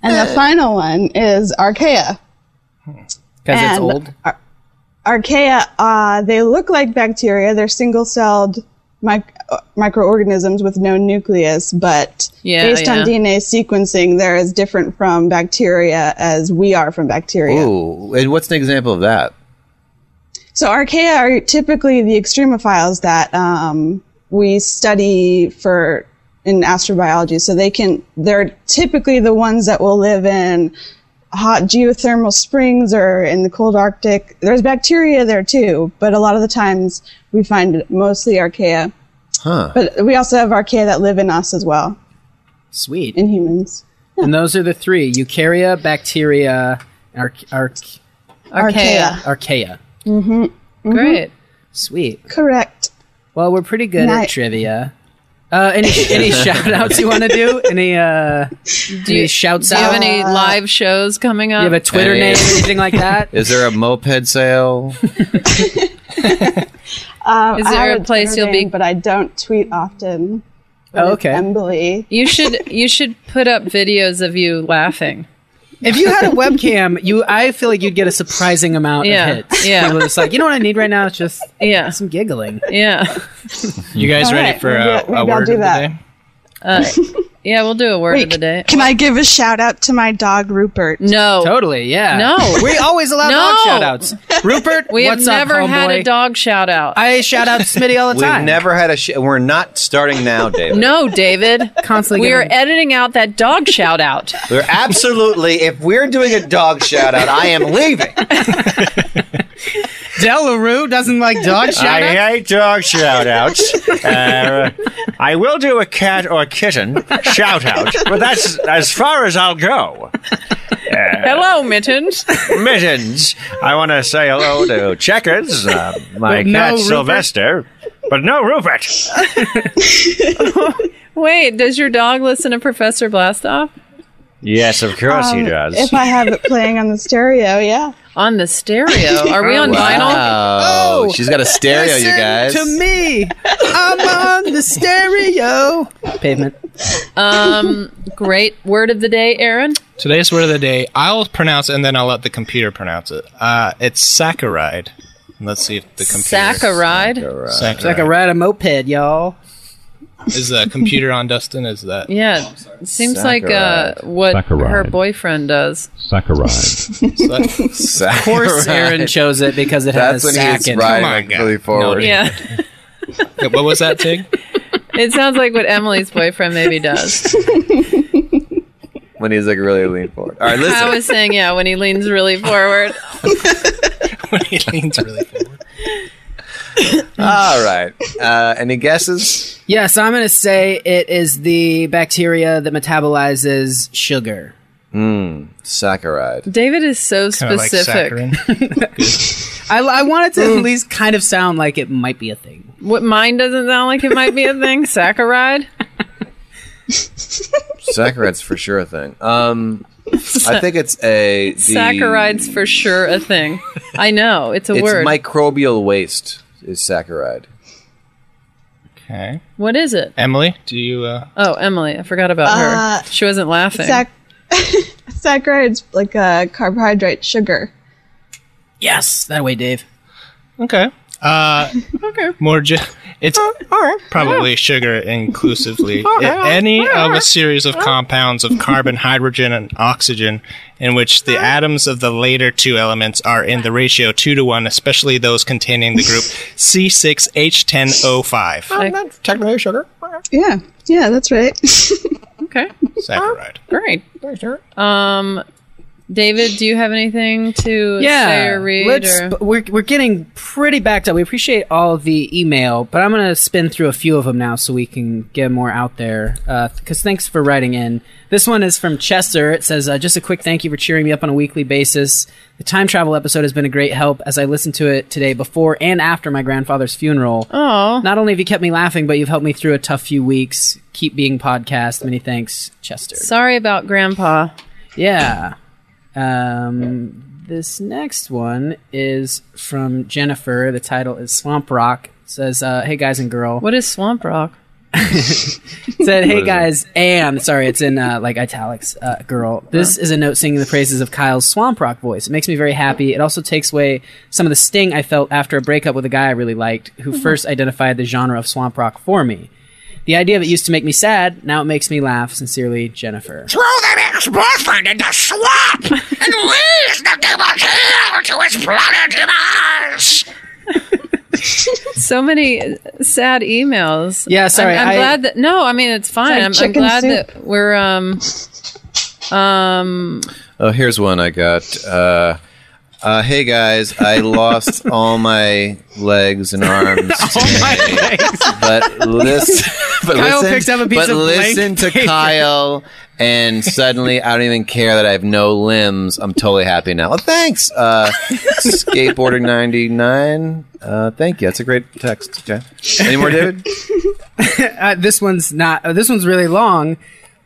S12: And the final one is archaea.
S7: Because it's
S12: And
S7: old.
S12: Ar- archaea, uh, they look like bacteria. They're single celled mic- uh, microorganisms with no nucleus, but
S5: Yeah,
S12: based
S5: yeah.
S12: on DNA sequencing, they're as different from bacteria as we are from bacteria.
S8: Ooh, and what's an example of that?
S12: So archaea are typically the extremophiles that um, we study for in astrobiology. So they can they're typically the ones that will live in hot geothermal springs or in the cold Arctic. There's bacteria there too, but a lot of the times we find mostly archaea.
S8: Huh.
S12: But we also have archaea that live in us as well.
S7: Sweet.
S12: In humans.
S7: And those are the three eukarya, bacteria, ar- ar-
S12: Archaea.
S7: Archaea.
S12: Mm-hmm.
S5: Great.
S7: Sweet.
S12: Correct.
S7: Well, we're pretty good
S12: Nice.
S7: at trivia. Uh,
S5: <laughs>
S7: any any shout outs you want to do? Any uh
S5: Do you,
S7: any shouts
S5: do you
S7: out?
S5: have any live shows coming up?
S7: you have a Twitter
S8: Hey.
S7: name, anything like that?
S8: Is there a moped
S11: <laughs>
S8: sale?
S12: Um,
S5: Is
S12: I
S5: there
S12: have
S5: a place
S12: Twitter
S5: you'll be-
S12: name, But I don't tweet often.
S5: Oh,
S12: It's
S5: okay.
S12: Emily.
S5: You should you should put up videos of you laughing.
S7: If you had a webcam, you I feel like you'd get a surprising amount
S5: Yeah,
S7: of hits.
S5: yeah.
S7: People are just like, you know what I need right now? It's just
S5: yeah.
S7: some giggling.
S5: Yeah.
S10: You guys ready for a, a word of the day?
S5: Uh, yeah, we'll do a word
S12: Wait,
S5: of the day.
S12: Can I give a shout out to my dog Rupert?
S5: No.
S7: Totally, yeah.
S5: Oh. No.
S7: <laughs> We always allow dog shout outs. Rupert,
S5: We have
S7: what's up,
S5: never had a
S7: homeboy?
S5: dog shout out.
S7: I shout out Smitty all the
S8: We've
S7: time.
S8: never had a. Sh- we're not starting
S11: <laughs>
S8: now, David.
S5: No, David.
S7: Constantly
S5: We are
S7: giving-
S5: editing out that dog shout out.
S8: We're absolutely. If we're doing a dog shout out, I am
S11: <laughs>
S8: leaving.
S7: Delarue doesn't like dog shout
S11: I
S7: outs.
S11: hate dog shout outs. Uh, I will do a cat or kitten shout out, but that's as far as I'll go. Uh,
S5: Hello, mittens.
S11: mittens. I want to say hello to Checkers, uh, my
S5: But no
S11: cat
S5: Rupert.
S11: Sylvester, but no Rupert.
S5: Wait, does your dog listen to Professor Blastoff?
S11: Yes, of course he
S12: Um,
S11: does.
S12: If I have it playing on the
S7: <laughs>
S12: stereo, yeah.
S5: On the stereo? Are we on
S8: Wow.
S5: vinyl?
S8: She's got a stereo, you guys.
S7: Oh, me, I'm on the stereo. Pavement.
S5: Um, great word of the day, Aaron.
S10: Today's word of the day, I'll pronounce it and then I'll let the computer pronounce it. Uh, it's saccharide. Let's see if the computer
S5: Saccharide.
S7: It's like I ride a moped, y'all.
S10: is the computer on Dustin. Is that
S5: Yeah, seems like uh,
S10: Saccharide.
S5: what her
S10: Saccharide.
S5: boyfriend does.
S8: <laughs>
S7: Saccharide. Of course, Aaron chose it because it
S8: That's
S7: has
S8: when he
S7: sack
S8: was
S7: in it.
S8: riding Come on, completely guy. forward.
S5: Yeah,
S10: what was that, Tig? <laughs>
S5: it sounds like what Emily's boyfriend maybe does.
S8: When he's like really leaning forward. All right,
S5: I
S8: listen.
S5: was saying, yeah, when he leans really forward.
S10: when he leans really forward.
S8: <laughs> All right. Uh, any guesses?
S7: Yeah, so I'm gonna say it is the bacteria that metabolizes sugar.
S8: Hmm. Saccharide.
S5: David is so
S7: Kinda like
S5: specific.
S7: I, I want it to at least kind of sound like it might be a thing.
S5: what mine doesn't sound like it might be a thing. Saccharide.
S8: Saccharide's for sure a thing. Um, I think it's a the,
S5: Saccharide's for sure a thing. I know it's a
S8: <laughs> it's
S5: word.
S8: microbial waste is saccharide.
S10: Okay.
S5: what is it?
S10: Emily, do you? Uh,
S5: Oh, Emily, I forgot about
S12: Uh,
S5: her. She wasn't laughing.
S12: <laughs> Sac- saccharide's like a carbohydrate sugar.
S7: Yes, that way, Dave.
S10: Okay. Uh,
S5: <laughs> okay. Uh,
S10: More, ge- It's probably
S5: <laughs>
S10: sugar inclusively. I- Any of a series of compounds of carbon, hydrogen, and oxygen in which the atoms of the later two elements are in the ratio 2 to 1, especially those containing the
S5: <laughs>
S10: group C6H10O5.
S12: that's technically sugar. Yeah, yeah, that's
S5: <laughs>
S12: right.
S5: okay.
S10: Saccharide.
S5: Great. Um, David, do you have anything to say or read?
S7: let's-
S5: or-
S7: but We're, we're getting pretty backed up. We appreciate all of the email, but I'm going to spin through a few of them now so we can get more out there. Because thanks for writing in. This one is from Chester. It says, uh, Just a quick thank you for cheering me up on a weekly basis. The time travel episode has been a great help as I listened to it today before and after my grandfather's funeral.
S5: Oh.
S7: Not only have you kept me laughing, but you've helped me through a tough few weeks. Keep being podcast. Many thanks, Chester.
S5: Sorry about Grandpa.
S7: Yeah. Um, this next one is from Jennifer. The title is Swamp Rock. It says, uh, "Hey guys and girl."
S5: What is Swamp Rock?
S7: said,
S5: What
S7: "Hey
S5: is
S7: guys and sorry, it's in uh, like italics. Uh, girl, this is a note singing the praises of Kyle's Swamp Rock voice. It makes me very happy. It also takes away some of the sting I felt after a breakup with a guy I really liked, who
S5: Mm-hmm.
S15: Mhm.
S7: first identified the genre of Swamp Rock for me." The idea of it used to make me sad. Now it makes me laugh. Sincerely, Jennifer.
S3: Throw that ex-boyfriend in the swamp and raise the devil's hell to his bloody demise.
S5: so many sad emails.
S7: Yeah, sorry,
S5: I'm, I'm
S7: I-
S5: glad that no. I mean, it's fine.
S7: like
S5: I'm, I'm
S7: chicken
S5: glad
S7: soup.
S5: that we're um um.
S8: Oh, here's one I got. Uh, uh, hey guys,
S7: <laughs>
S8: I lost all my legs and arms. today, But listen,
S7: <laughs>
S8: but
S7: Kyle
S8: listen,
S7: picks up a piece
S8: but
S7: of blank
S8: listen to
S7: paper.
S8: Kyle, and suddenly I don't even care that I have no limbs. I'm totally happy now. Oh, thanks, uh, skateboarder ninety nine. Uh, thank you. That's a great text. Okay. Any more, David?
S7: uh, this one's not. Uh, this one's really long,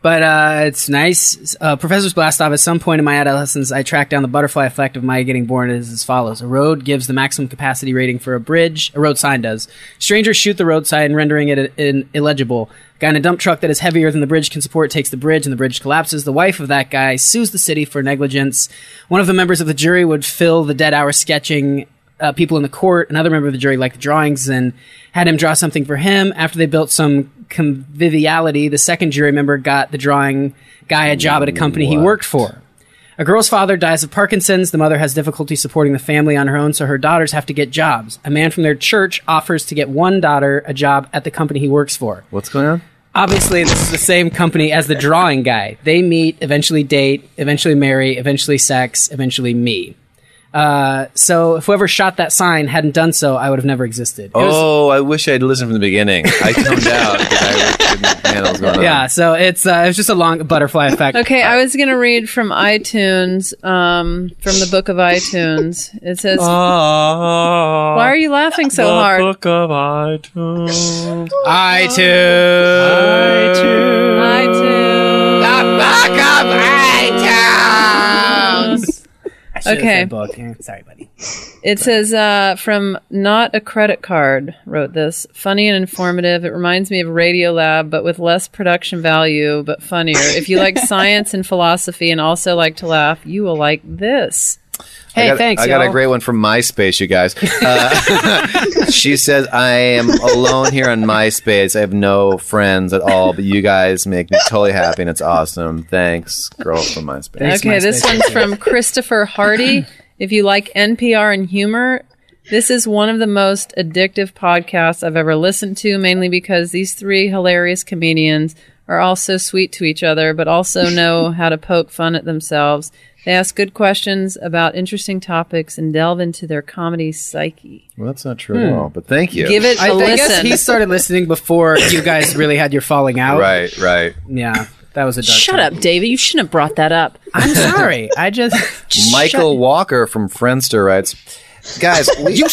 S7: but uh, it's nice. Uh, Professor's blast off. At some point in my adolescence, I tracked down the butterfly effect of my getting born as as follows: a road gives the maximum capacity rating for a bridge. A road sign does. Strangers shoot the road sign, rendering it i- in- illegible. Guy in a dump truck that is heavier than the bridge can support takes the bridge, and the bridge collapses. The wife of that guy sues the city for negligence. One of the members of the jury would fill the dead hour sketching uh, people in the court. Another member of the jury liked the drawings and had him draw something for him. After they built some conviviality, the second jury member got the drawing guy a job at a company he worked for. A girl's father dies of Parkinson's. The mother has difficulty supporting the family on her own, so her daughters have to get jobs. A man from their church offers to get one daughter a job at the company he works for.
S8: What's going on?
S7: Obviously, this is the same company as the drawing guy. They meet, eventually date, eventually marry, eventually sex, eventually me. Uh, so if whoever shot that sign hadn't done so, I would have never existed. It was-
S8: Oh, I wish I'd listened from the beginning. I toned out. 'cause I didn't understand what was going on.
S7: yeah. So it's uh, it's just a long butterfly effect.
S5: Okay, I was gonna read from iTunes, um, from the book of iTunes. It says, "Why are you laughing so hard?"
S3: Book of iTunes.
S7: iTunes.
S5: iTunes.
S3: The book of iTunes.
S5: Okay.
S7: Sorry, buddy.
S5: It says uh, from not a credit card wrote this. Funny and informative. It reminds me of Radio Lab, but with less production value, but funnier. If you like <laughs> science and philosophy and also like to laugh, you will like this.
S8: I got- I got a great one from MySpace, you guys. Uh, <laughs> she says, I am alone here on MySpace. I have no friends at all, but you guys make me totally happy, and it's awesome. Thanks, girl from MySpace.
S5: okay, this one's from Christopher
S8: <laughs>
S5: Hardy. If you like NPR and humor, this is one of the most addictive podcasts I've ever listened to, mainly because these three hilarious comedians are all so sweet to each other, but
S8: <laughs>
S5: also know how to poke fun at themselves. They ask good questions about interesting topics and delve into their comedy psyche.
S8: Well, that's not true at all, but thank you.
S5: Give it
S7: I
S5: a
S7: I guess
S5: listen.
S7: he started listening before you guys really had your falling out.
S8: Right, right.
S7: Yeah, that was a dark
S5: Shut
S7: time.
S5: up, David. You shouldn't have brought that up.
S7: I'm sorry. I just
S8: Michael Walker from Friendster writes, Guys, you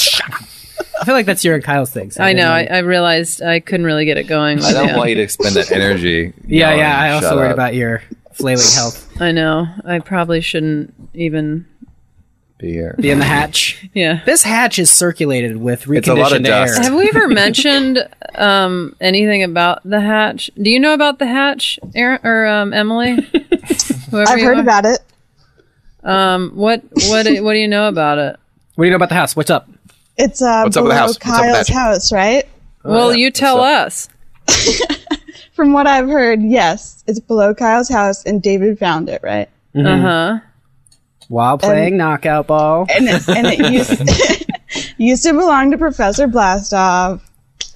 S7: I feel like that's your and Kyle's thing. so
S5: I know. I,
S7: didn't-
S5: I realized I couldn't really get it going.
S8: I don't
S5: Yeah.
S8: want you to expend that energy.
S7: yeah,
S8: yelling,
S7: yeah. I also
S8: "Shut
S7: worried
S8: up."
S7: about your flailing health.
S5: I know. I probably shouldn't even
S8: Be here.
S7: Be in the hatch.
S5: Yeah.
S7: This hatch is circulated with reconditioned
S8: It's a lot of dust.
S7: air.
S5: Have we ever mentioned um, anything about the hatch? Do you know about the hatch, Aaron, or um,
S12: <laughs>
S5: Emily? Whoever
S12: I've
S5: you
S12: heard
S5: are.
S12: about it.
S5: Um, what
S12: <laughs>
S5: what what do you know about it?
S7: What do you know about the house? What's up?
S12: It's uh,
S7: What's up
S12: below
S7: with the house? What's up with
S12: Kyle's
S7: that?
S12: house, right?
S5: well, you tell us.
S12: From what I've heard, yes, it's below Kyle's house, and David found it, right?
S7: Mhm.
S5: Uh-huh.
S7: While
S6: Um,
S7: playing knockout ball.
S12: And it, and it used, used <laughs> to belong to Professor Blastoff,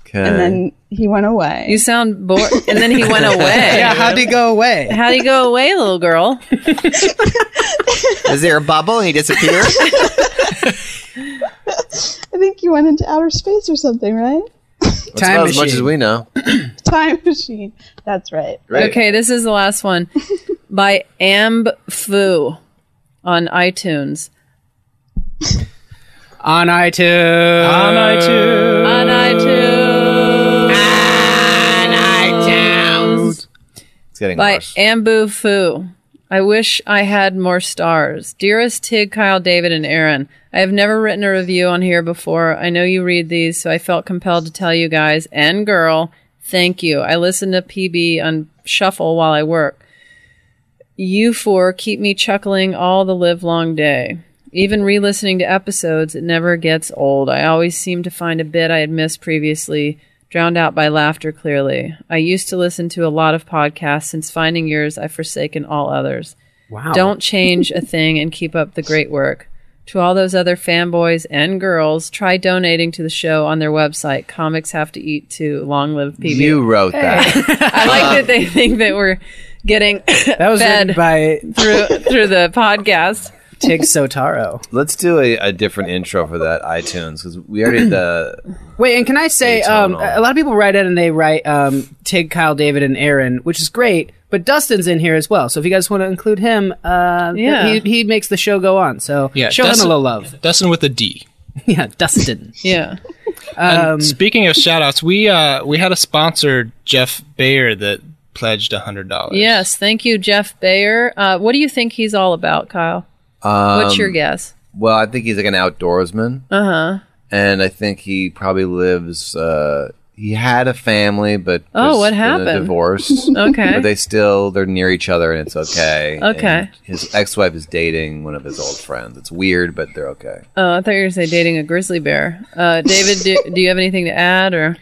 S6: Okay.
S12: and <laughs> then he went away.
S5: You sound bored. <laughs> And then he went <laughs> away.
S6: Yeah, how'd he
S5: go away? How'd he go away, little girl?
S6: Is there a bubble and he
S8: <laughs>
S6: disappeared?
S12: I think you went into outer space or something, right? <laughs>
S6: That's about as much as we know.
S12: Time machine. That's right.
S5: Okay, this is the last one by Amb Fu on iTunes.
S7: On iTunes. On iTunes.
S5: On iTunes. On iTunes.
S6: It's getting
S5: by
S6: worse.
S5: Ambu Fu. I wish I had more stars. Dearest Tig, Kyle, David, and Aaron, I have never written a review on here before. I know you read these, so I felt compelled to tell you guys and girl, thank you. I listen to PB on shuffle while I work. You four keep me chuckling all the live long day. Even re listening to episodes, it never gets old. I always seem to find a bit I had missed previously, drowned out by laughter clearly. I used to listen to a lot of podcasts. Since finding yours, I've forsaken all others.
S16: Wow.
S5: Don't change a thing and keep up the great work. To all those other fanboys and girls, try donating to the show on their website. Comics have to eat too. Long live PB.
S6: You wrote that.
S5: I like that they think that we're getting that
S7: was
S5: <laughs> fed
S7: written by
S5: through through the podcast.
S7: Tig Sotaro.
S6: Let's do a, a different intro for that iTunes because we already did the.
S7: Wait, and can I say, um,
S6: Atonal.
S7: a lot of people write in and they write um, Tig, Kyle, David, and Aaron, which is great. But Dustin's in here as well, so if you guys want to include him, uh,
S5: Yeah.
S7: he, he makes the show go on. So
S10: Yeah,
S7: show him
S10: Dustin-
S7: a little
S10: <laughs>
S7: love.
S10: Dustin with a D.
S7: yeah, Dustin.
S5: Yeah.
S10: And
S7: Um,
S10: speaking of shout outs, we uh we had a sponsor, Jeff Bayer, that pledged a hundred dollars.
S5: Yes, thank you, Jeff Bayer. Uh, what do you think he's all about, Kyle? <clears throat> What's your
S6: Um,
S5: guess?
S6: Well, I think he's like an outdoorsman,
S5: Uh huh.
S6: and I think he probably lives. Uh, he had a family, but
S5: Oh,
S6: was
S5: what
S6: in a
S5: happened?
S6: divorce.
S5: <laughs> Okay.
S6: but they still they're near each other, and it's okay.
S5: Okay.
S6: And his ex-wife is dating one of his old friends. It's weird, but they're okay.
S5: Oh, I thought you were going to say dating a grizzly bear. Uh, David,
S6: <laughs>
S5: do, do you have anything to add, or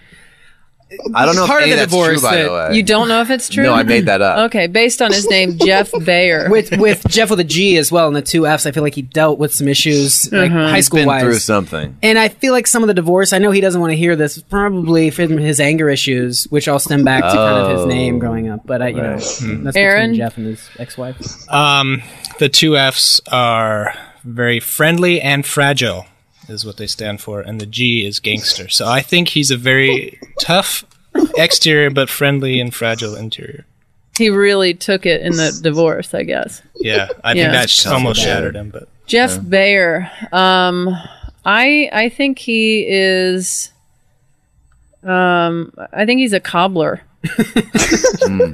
S6: I don't know
S5: Part
S6: if any
S5: of the
S6: that's true,
S5: divorce
S6: by the
S5: that-
S6: way.
S5: You don't know if it's true?
S6: No, I made that up.
S5: okay, based on his name, Jeff
S6: <laughs>
S5: Bayer.
S7: with with Jeff with a G as well, and the two Fs. I feel like he dealt with some issues like
S5: Uh-huh.
S7: high
S6: He's
S7: school
S6: been
S7: wise.
S6: through something.
S7: And I feel like some of the divorce, I know he doesn't want to hear this, probably from his anger issues, which all stem back to kind of his
S10: Oh.
S7: name growing up. But I, you know,
S10: Right.
S7: that's
S10: Hmm.
S7: between
S10: Aaron?
S7: Jeff and his ex-wife.
S10: Um, the two Fs are very friendly and fragile, is what they stand for, and the G is gangster. So I think he's
S8: <laughs>
S10: a very tough exterior, but friendly and fragile interior.
S5: He really took it in the divorce, I guess.
S10: Yeah, I
S5: Yeah.
S10: think that sh-
S5: Sounds
S10: almost
S5: bad.
S10: shattered him. But
S5: Jeff
S10: Yeah.
S5: Bayer. Um, I I think he is. Um, I think he's
S6: <laughs>
S5: a cobbler. I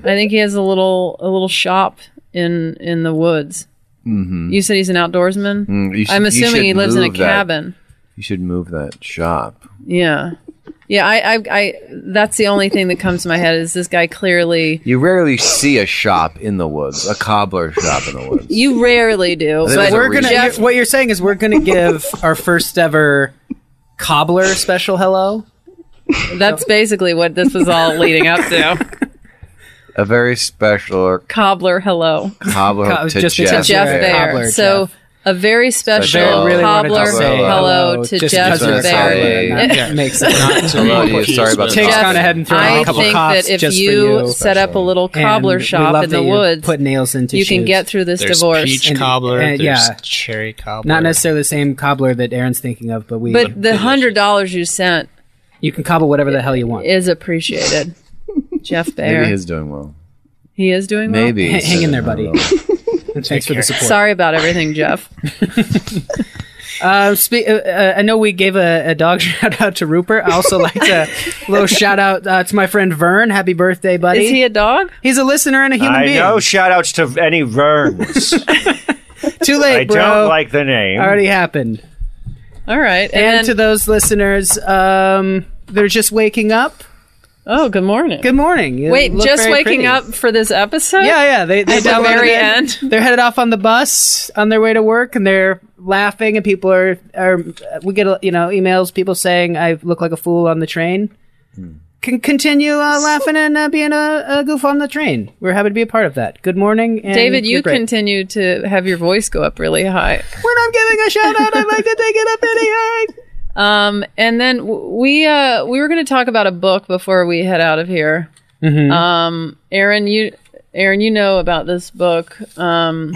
S5: think he has a little a little shop in in the woods.
S6: Mm-hmm.
S5: You said he's an outdoorsman.
S6: Mm, you should-
S5: I'm
S6: you
S5: assuming he
S6: should
S5: lives in a
S6: move that.
S5: cabin.
S6: You should move that shop.
S5: Yeah, yeah. I, I I that's the only thing that comes to my head is this guy clearly.
S6: You rarely see a shop in the woods, a cobbler shop in the woods.
S5: You rarely do,
S6: I think
S5: but
S6: there's a
S7: We're gonna.
S5: Jeff,
S7: you're- what you're saying is we're gonna give our first ever cobbler special hello.
S5: that's basically what this was all leading up
S6: <laughs>
S5: to.
S6: A very special
S5: Cobbler, hello.
S6: cobbler
S5: Co-
S6: to
S5: just
S6: Jeff,
S5: to Jeff
S6: Baer.
S5: Baer.
S7: Cobbler
S5: so a very special
S6: Special Really wanted to
S5: cobbler
S6: say
S5: hello
S6: hello
S5: to
S6: just
S5: Jeff
S6: because you're sorry.
S5: Baer. <laughs>
S6: Yeah.
S7: Makes it not to
S6: Hello
S7: be
S6: to you.
S7: confused
S6: Sorry about
S7: with-
S6: the
S7: Takes
S6: coffee.
S7: gone ahead and thrown
S5: I
S7: a couple
S5: think
S7: cops
S5: that if
S7: just for
S5: you,
S7: you.
S5: set up a little
S7: And
S5: cobbler
S7: we
S5: shop
S7: love
S5: in
S7: that
S5: the
S7: you
S5: woods,
S7: Put nails into.
S5: you can
S7: shoes.
S5: get through this
S10: there's
S5: divorce.
S10: peach
S7: And-
S10: cobbler,
S7: and-
S10: there's
S7: yeah.
S10: cherry cobbler.
S7: Not necessarily the same cobbler that Aaron's thinking of, but we.
S5: but the hundred dollars you sent
S7: you can cobble whatever the hell you want.
S5: is appreciated. Jeff Baer,
S6: Maybe he's doing well.
S5: he is doing well.
S6: Maybe he's
S7: Hang in there,
S6: doing
S7: buddy.
S6: well.
S8: <laughs>
S7: Thanks for the support.
S5: Sorry about everything, Jeff.
S7: Uh, spe- uh, uh, I know we gave a, a dog <laughs> shout out to Rupert. I also
S5: <laughs>
S7: like to little shout out uh, to my friend Vern. Happy birthday, buddy!
S5: Is he a dog?
S7: He's a listener and a human
S11: I
S7: being.
S11: know shout outs to any Verns.
S7: Too late,
S11: I
S7: bro.
S11: don't like the name.
S7: Already happened.
S5: All right, and,
S7: And, to those listeners, um, they're just waking up.
S5: Oh, good morning.
S7: Good morning. You
S5: wait,
S7: look
S5: just
S7: very
S5: waking
S7: pretty.
S5: up for this episode?
S7: Yeah, yeah. They, they
S5: At the
S7: downloaded
S5: very
S7: it.
S5: end?
S7: They're headed off on the bus on their way to work, and they're laughing. And people are are we get you know emails people saying I look like a fool on the train.
S8: Hmm.
S7: Con- continue uh, laughing and uh, being a, a goof on the train. We're happy to be a part of that. Good morning, and
S5: David, you
S7: you're great.
S5: continue to have your voice go up really high.
S7: When I'm giving a shout out, I'd like to take it up any high.
S5: Um, and then w- we uh, we were going to talk about a book before we head out of here.
S7: Mhm.
S5: Um, Aaron, you Aaron, you know about this book. Um,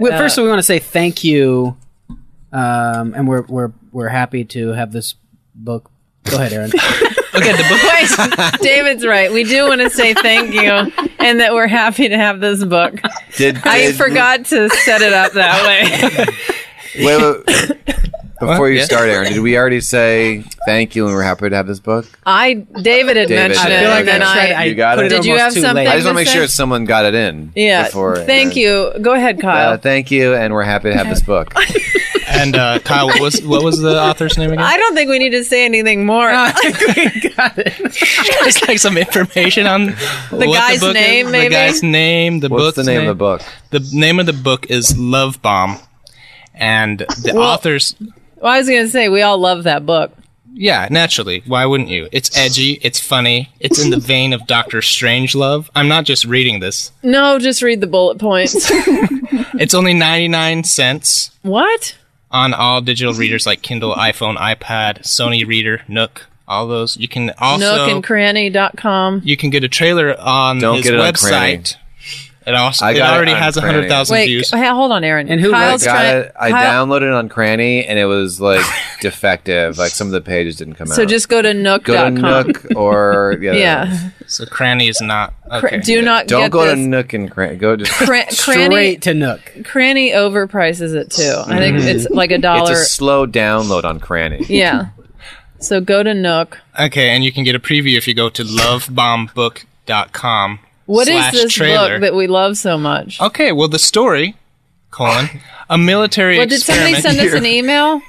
S7: Well,
S5: uh,
S7: first, we want to say thank you, um, and we're we're we're happy to have this book. Go
S5: <laughs>
S7: ahead, Aaron.
S5: Wait, <laughs> David's right. We do want to say thank you, and that we're happy to have this book.
S8: Did,
S5: I
S8: did-
S5: forgot to set it up that way.
S8: Wait, wait, wait. before you
S5: Yeah.
S8: start, Aaron, did we already say thank you and we're happy to have this book?
S5: <laughs> I David had
S8: David
S5: mentioned
S8: did.
S5: it, and then I,
S8: you got it.
S5: Did you have something?
S8: I just want to
S5: to
S8: make
S5: say?
S8: sure someone got it in.
S5: Yeah.
S8: Before
S5: Thank you. Go ahead, Kyle.
S8: Uh, thank you, and we're happy to have this book.
S10: and uh, Kyle, what was what was the author's name
S5: <laughs>
S10: again?
S5: I don't think we need to say anything more.
S10: Just like some information on the
S5: guy's
S10: book
S5: name,
S10: is,
S5: maybe?
S10: The guy's name. The
S8: What's
S10: book's
S8: the name of the book?
S10: The name of the book is Love Bomb, and the
S5: Well-
S10: author's
S5: <laughs> Well, I was going to say we all love that book.
S10: Yeah, naturally. Why wouldn't you? It's edgy. It's funny.
S5: <laughs>
S10: It's in the vein of Doctor Strangelove. I'm not just reading this.
S5: No, just read the bullet points.
S10: It's only 99 cents
S5: what?
S10: on all
S5: Mm-hmm.
S10: digital readers like Kindle, iPhone, iPad, Sony Reader, Nook, all those. You can also
S5: Nookandcranny.com.
S10: you can get a trailer on
S8: Don't
S10: his
S8: get it on
S10: website. It also
S8: I
S10: it
S8: got it
S10: already
S8: on
S10: has
S8: Cranny.
S10: 100,000
S5: Wait,
S10: views.
S5: hey, hold on, Aaron.
S10: And who
S5: Kyle's
S8: I got
S5: trying-
S8: it. I
S5: Kyle-
S8: downloaded it on Cranny, and it was like defective. Like some of the pages didn't come out.
S5: So just go to Nook.com.
S8: go to Nook or yeah.
S5: Yeah.
S10: So Cranny is not.
S5: Cra- okay. do not
S8: Don't
S5: get
S8: go to
S5: this-
S8: Nook and Cranny. Go to
S5: Cra- Cranny- Straight
S7: to Nook.
S5: Cranny overprices it too. I think it's like a dollar.
S8: <laughs> Mm-hmm. It's a slow download on Cranny.
S5: yeah. So go to Nook.
S10: Okay, and you can get a preview if you go to lovebombbook.com.
S5: What is
S10: slash
S5: this
S10: trailer. Oh,
S5: book that we love so much?
S10: Okay, well, the story, colon, a military
S5: Well, did somebody
S10: experiment-
S5: send us an
S8: <laughs>
S5: email?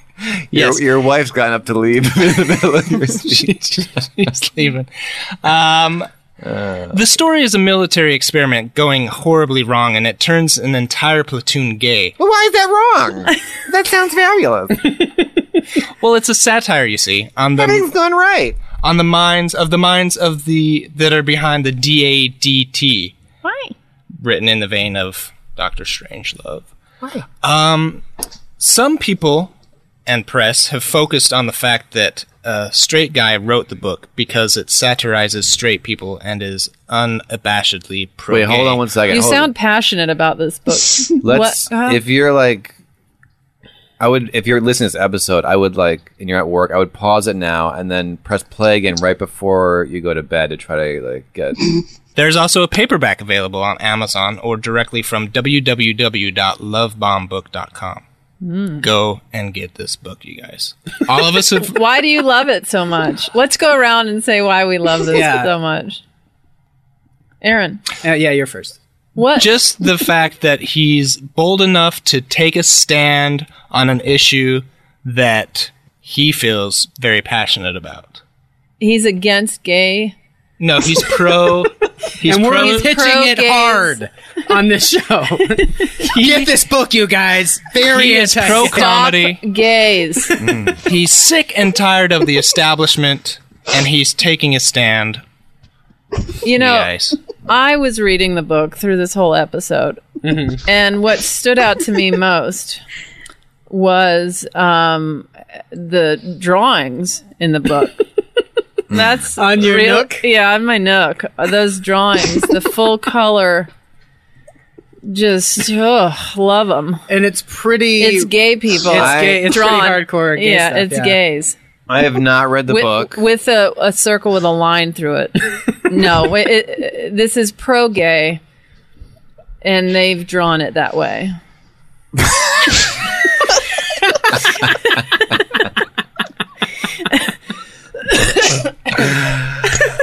S10: Yes.
S8: Your, your wife's gotten up to leave <laughs> in the middle of your <laughs> speech.
S10: <laughs> She's leaving. Um, the story is a military experiment going horribly wrong, and it turns an entire platoon gay.
S17: Well, why is that wrong? that sounds fabulous.
S10: Well, it's a satire, you see, on
S17: Everything's
S10: the
S17: going right.
S10: on the minds of the minds of the that are behind the DADT,
S5: Why?
S10: written in the vein of Doctor Strangelove. Um, some people and press have focused on the fact that a straight guy wrote the book because it satirizes straight people and is unabashedly pro.
S8: Wait, hold on one second.
S5: you
S8: Hold on.
S5: sound passionate about this book.
S8: <laughs> Let's.
S5: What- huh?
S8: If you're like, I would. If you're listening to this episode, I would like, and you're at work, I would pause it now and then press play again right before you go to bed to try to like get.
S10: There's also a paperback available on Amazon or directly from www.lovebombbook.com.
S5: Hmm.
S10: Go and get this book, you guys. All of
S5: <laughs>
S10: us have
S5: why do you love it so much? Let's go around and say why we love this
S10: Yeah.
S5: so much. Aaron,
S7: Uh, yeah, you're first.
S5: What?
S10: Just the fact that he's bold enough to take a stand on an issue that he feels very passionate about.
S5: he's against gay.
S10: No,
S7: <laughs>
S10: he's pro. he's
S7: and we're
S10: pro.
S7: pitching it
S5: pro-gays.
S7: hard on
S5: <laughs>
S7: this show. Get this book, you guys. Very
S10: He is
S7: intense.
S10: pro comedy.
S5: Gays.
S10: He's sick and tired of the establishment, and he's taking a stand.
S5: You know,
S10: Guys.
S5: I was reading the book through this whole episode,
S7: Mm-hmm.
S5: and what stood out to me most was um, the drawings in the book. That's
S7: On your Nook?
S5: yeah, on my nook. Those drawings, the
S7: <laughs>
S5: full color, just ugh, love them.
S7: And it's pretty.
S5: It's gay people.
S7: It's gay- it's pretty hardcore gay
S5: yeah,
S7: stuff,
S5: it's
S7: yeah.
S5: gays
S8: <laughs> I have not read the
S5: with,
S8: book.
S5: with a, a circle with a line through
S7: <laughs>
S5: it. no, it, it, this is pro gay, and they've drawn it that
S7: <laughs>
S5: way.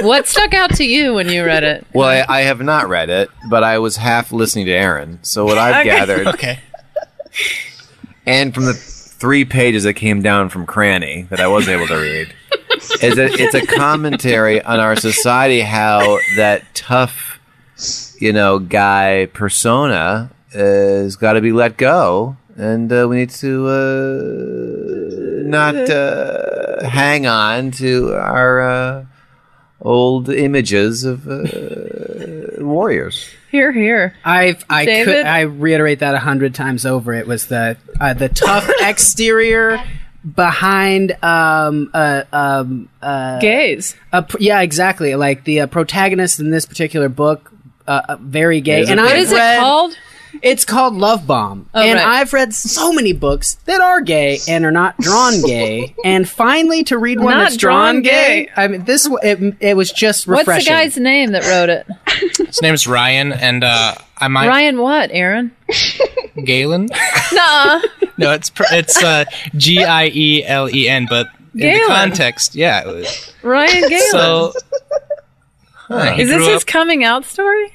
S5: what stuck out to you when you read it?
S8: Well, I, I have not read it, but I was half listening to Aaron. So what
S5: <laughs>
S8: I've
S5: Okay.
S8: gathered,
S5: Okay.
S8: and from the three pages that came down from Cranny that I was able to read, is that it's a commentary on our society how that tough, you know, guy persona has got to be let go, and uh, we need to uh, not uh, hang on to our. Uh,
S6: old images of uh, warriors.
S5: Here, here.
S7: I've I
S5: David?
S7: could I reiterate that a hundred times over. It was the uh,
S5: <laughs>
S7: the tough exterior behind um uh um uh
S5: gays.
S7: A, pr- yeah, exactly. Like the uh, protagonist in this particular book, uh, uh, very gay.
S5: Is it What is it called?
S7: It's called Love Bomb,
S5: Oh,
S7: and
S5: right.
S7: I've read so many books that are gay and are not drawn
S5: <laughs>
S7: gay. and finally, to read one
S5: Not
S7: that's drawn,
S5: drawn
S7: gay,
S5: gay.
S7: I mean, this w- it, it was just refreshing.
S5: What's the
S7: <laughs>
S5: guy's name that wrote it?
S10: His name is Ryan, and uh, I might
S5: Ryan what, Aaron?
S10: Galen. <laughs>
S5: Nah.
S10: No, it's pr- it's uh, G I E L E N, but in the
S5: Galen.
S10: context, yeah. it was-
S5: Ryan Galen.
S10: So Huh, he
S5: is this
S10: grew
S5: his
S10: up-
S5: coming out story?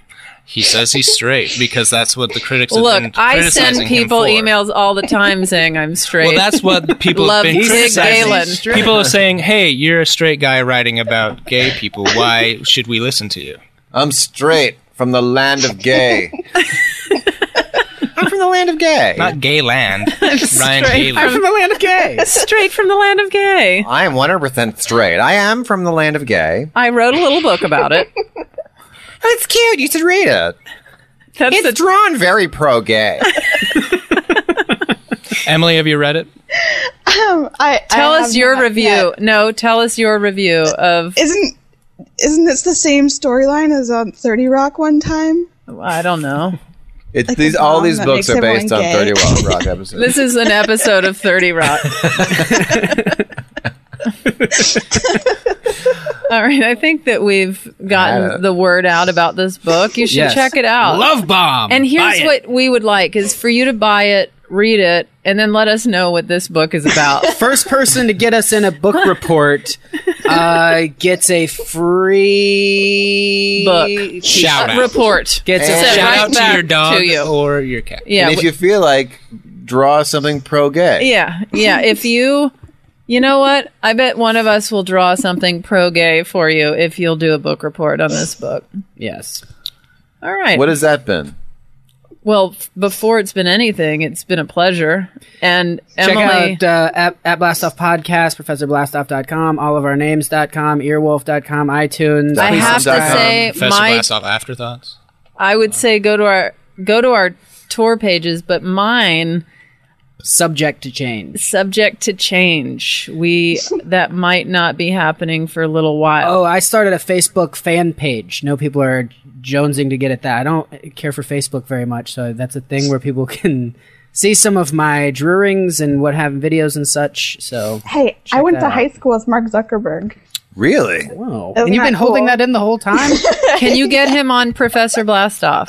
S10: he says he's straight because that's what the critics have been
S5: Look, I
S10: criticizing
S5: send
S10: him
S5: people
S10: for.
S5: emails all the time saying I'm straight.
S10: Well,
S5: <laughs>
S10: that's what people
S5: Love
S10: have been
S5: Zig Galen.
S10: criticizing. People are saying, "Hey, you're a straight guy writing about gay people. Why should we listen to you?"
S6: I'm straight from the land of gay.
S10: I'm from the land of gay. Not
S5: <laughs>
S10: gay land. Ryan Galen.
S7: the land of gay.
S5: Straight from the land of gay.
S6: I am 100% straight. I am from the land of gay. Oh,
S5: I wrote a little book about it.
S6: It's cute. You should read it.
S5: That's
S6: it's drawn very pro gay.
S10: Emily, have you read it?
S12: Um, I
S5: Tell
S12: I
S5: us
S12: have
S5: your
S12: not
S5: review.
S12: yet.
S5: No, tell us your review of.
S12: Isn't isn't this the same storyline as on Thirty Rock one time?
S5: I don't know.
S6: It's
S12: Like
S6: these
S12: a
S6: all
S12: bomb
S6: these
S12: that
S6: books
S12: makes
S6: are based on
S12: everyone
S6: 30
S12: gay. <laughs>
S6: Wild Rock episodes.
S5: This is an episode of Thirty Rock. All right, I think that we've
S10: Had it.
S5: gotten the word out about this book. You should
S10: Yes.
S5: check it out.
S10: Love Bomb.
S5: And here's
S10: Buy it.
S5: what we would like is for you to buy it, read it, and then let us know what this book is
S6: <laughs>
S5: about.
S7: First person to get us in a book
S5: <laughs>
S7: report uh, gets a free
S5: Book.
S6: Shout out.
S5: report.
S7: Gets a
S6: And-
S7: shout
S6: Shout
S7: out
S6: out to
S7: back
S6: your dog
S5: to you.
S10: or your cat.
S5: Yeah,
S6: and if
S5: we-
S6: you feel like, draw something pro gay.
S5: Yeah, yeah. If you, you know what? I bet one of us will draw something pro gay for you if you'll do a book report on this book.
S7: Yes.
S5: All right.
S6: What has that been?
S5: Well, f- before it's been anything, it's been a pleasure. And
S7: Check
S5: Emily,
S7: out uh, at, at Blastoff Podcast, ProfessorBlastoff.com, all of our names.com, earwolf.com, iTunes.
S5: I have to
S7: Blastoff.com.
S5: say,
S10: Professor
S5: my-
S10: Blastoff afterthoughts.
S5: I would say go to our go to our tour pages, but mine
S7: subject to change.
S5: Subject to change. We that might not be happening for a little while.
S7: Oh, I started a Facebook fan page. No people are jonesing to get at that. I don't care for Facebook very much, so that's a thing where people <laughs> can see some of my drawings and what have videos and such. So
S12: Hey, I went
S7: that
S12: to
S7: out.
S12: high school with Mark Zuckerberg.
S6: Really?
S7: Whoa.
S12: Isn't
S7: and you've
S12: that
S7: been holding
S12: cool?
S7: that in the whole time.
S6: Oh.
S5: Can you get him on
S6: <laughs>
S5: Professor Blastoff?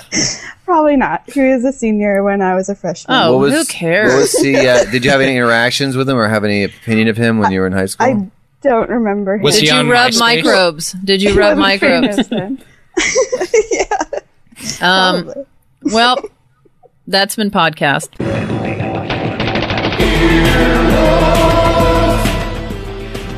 S12: Probably not. He was a senior when I was a freshman.
S5: Oh.
S6: What was- What was the, uh, did you have any interactions with him or have any opinion of him when you were in high school?
S12: I don't remember.
S6: Was
S12: him.
S6: he
S5: Did
S6: on
S5: you rub
S6: MySpace?
S5: microbes? Did you
S12: He
S5: rub
S12: wasn't famous
S5: microbes?
S12: then.
S5: Um, well, that's been podcast.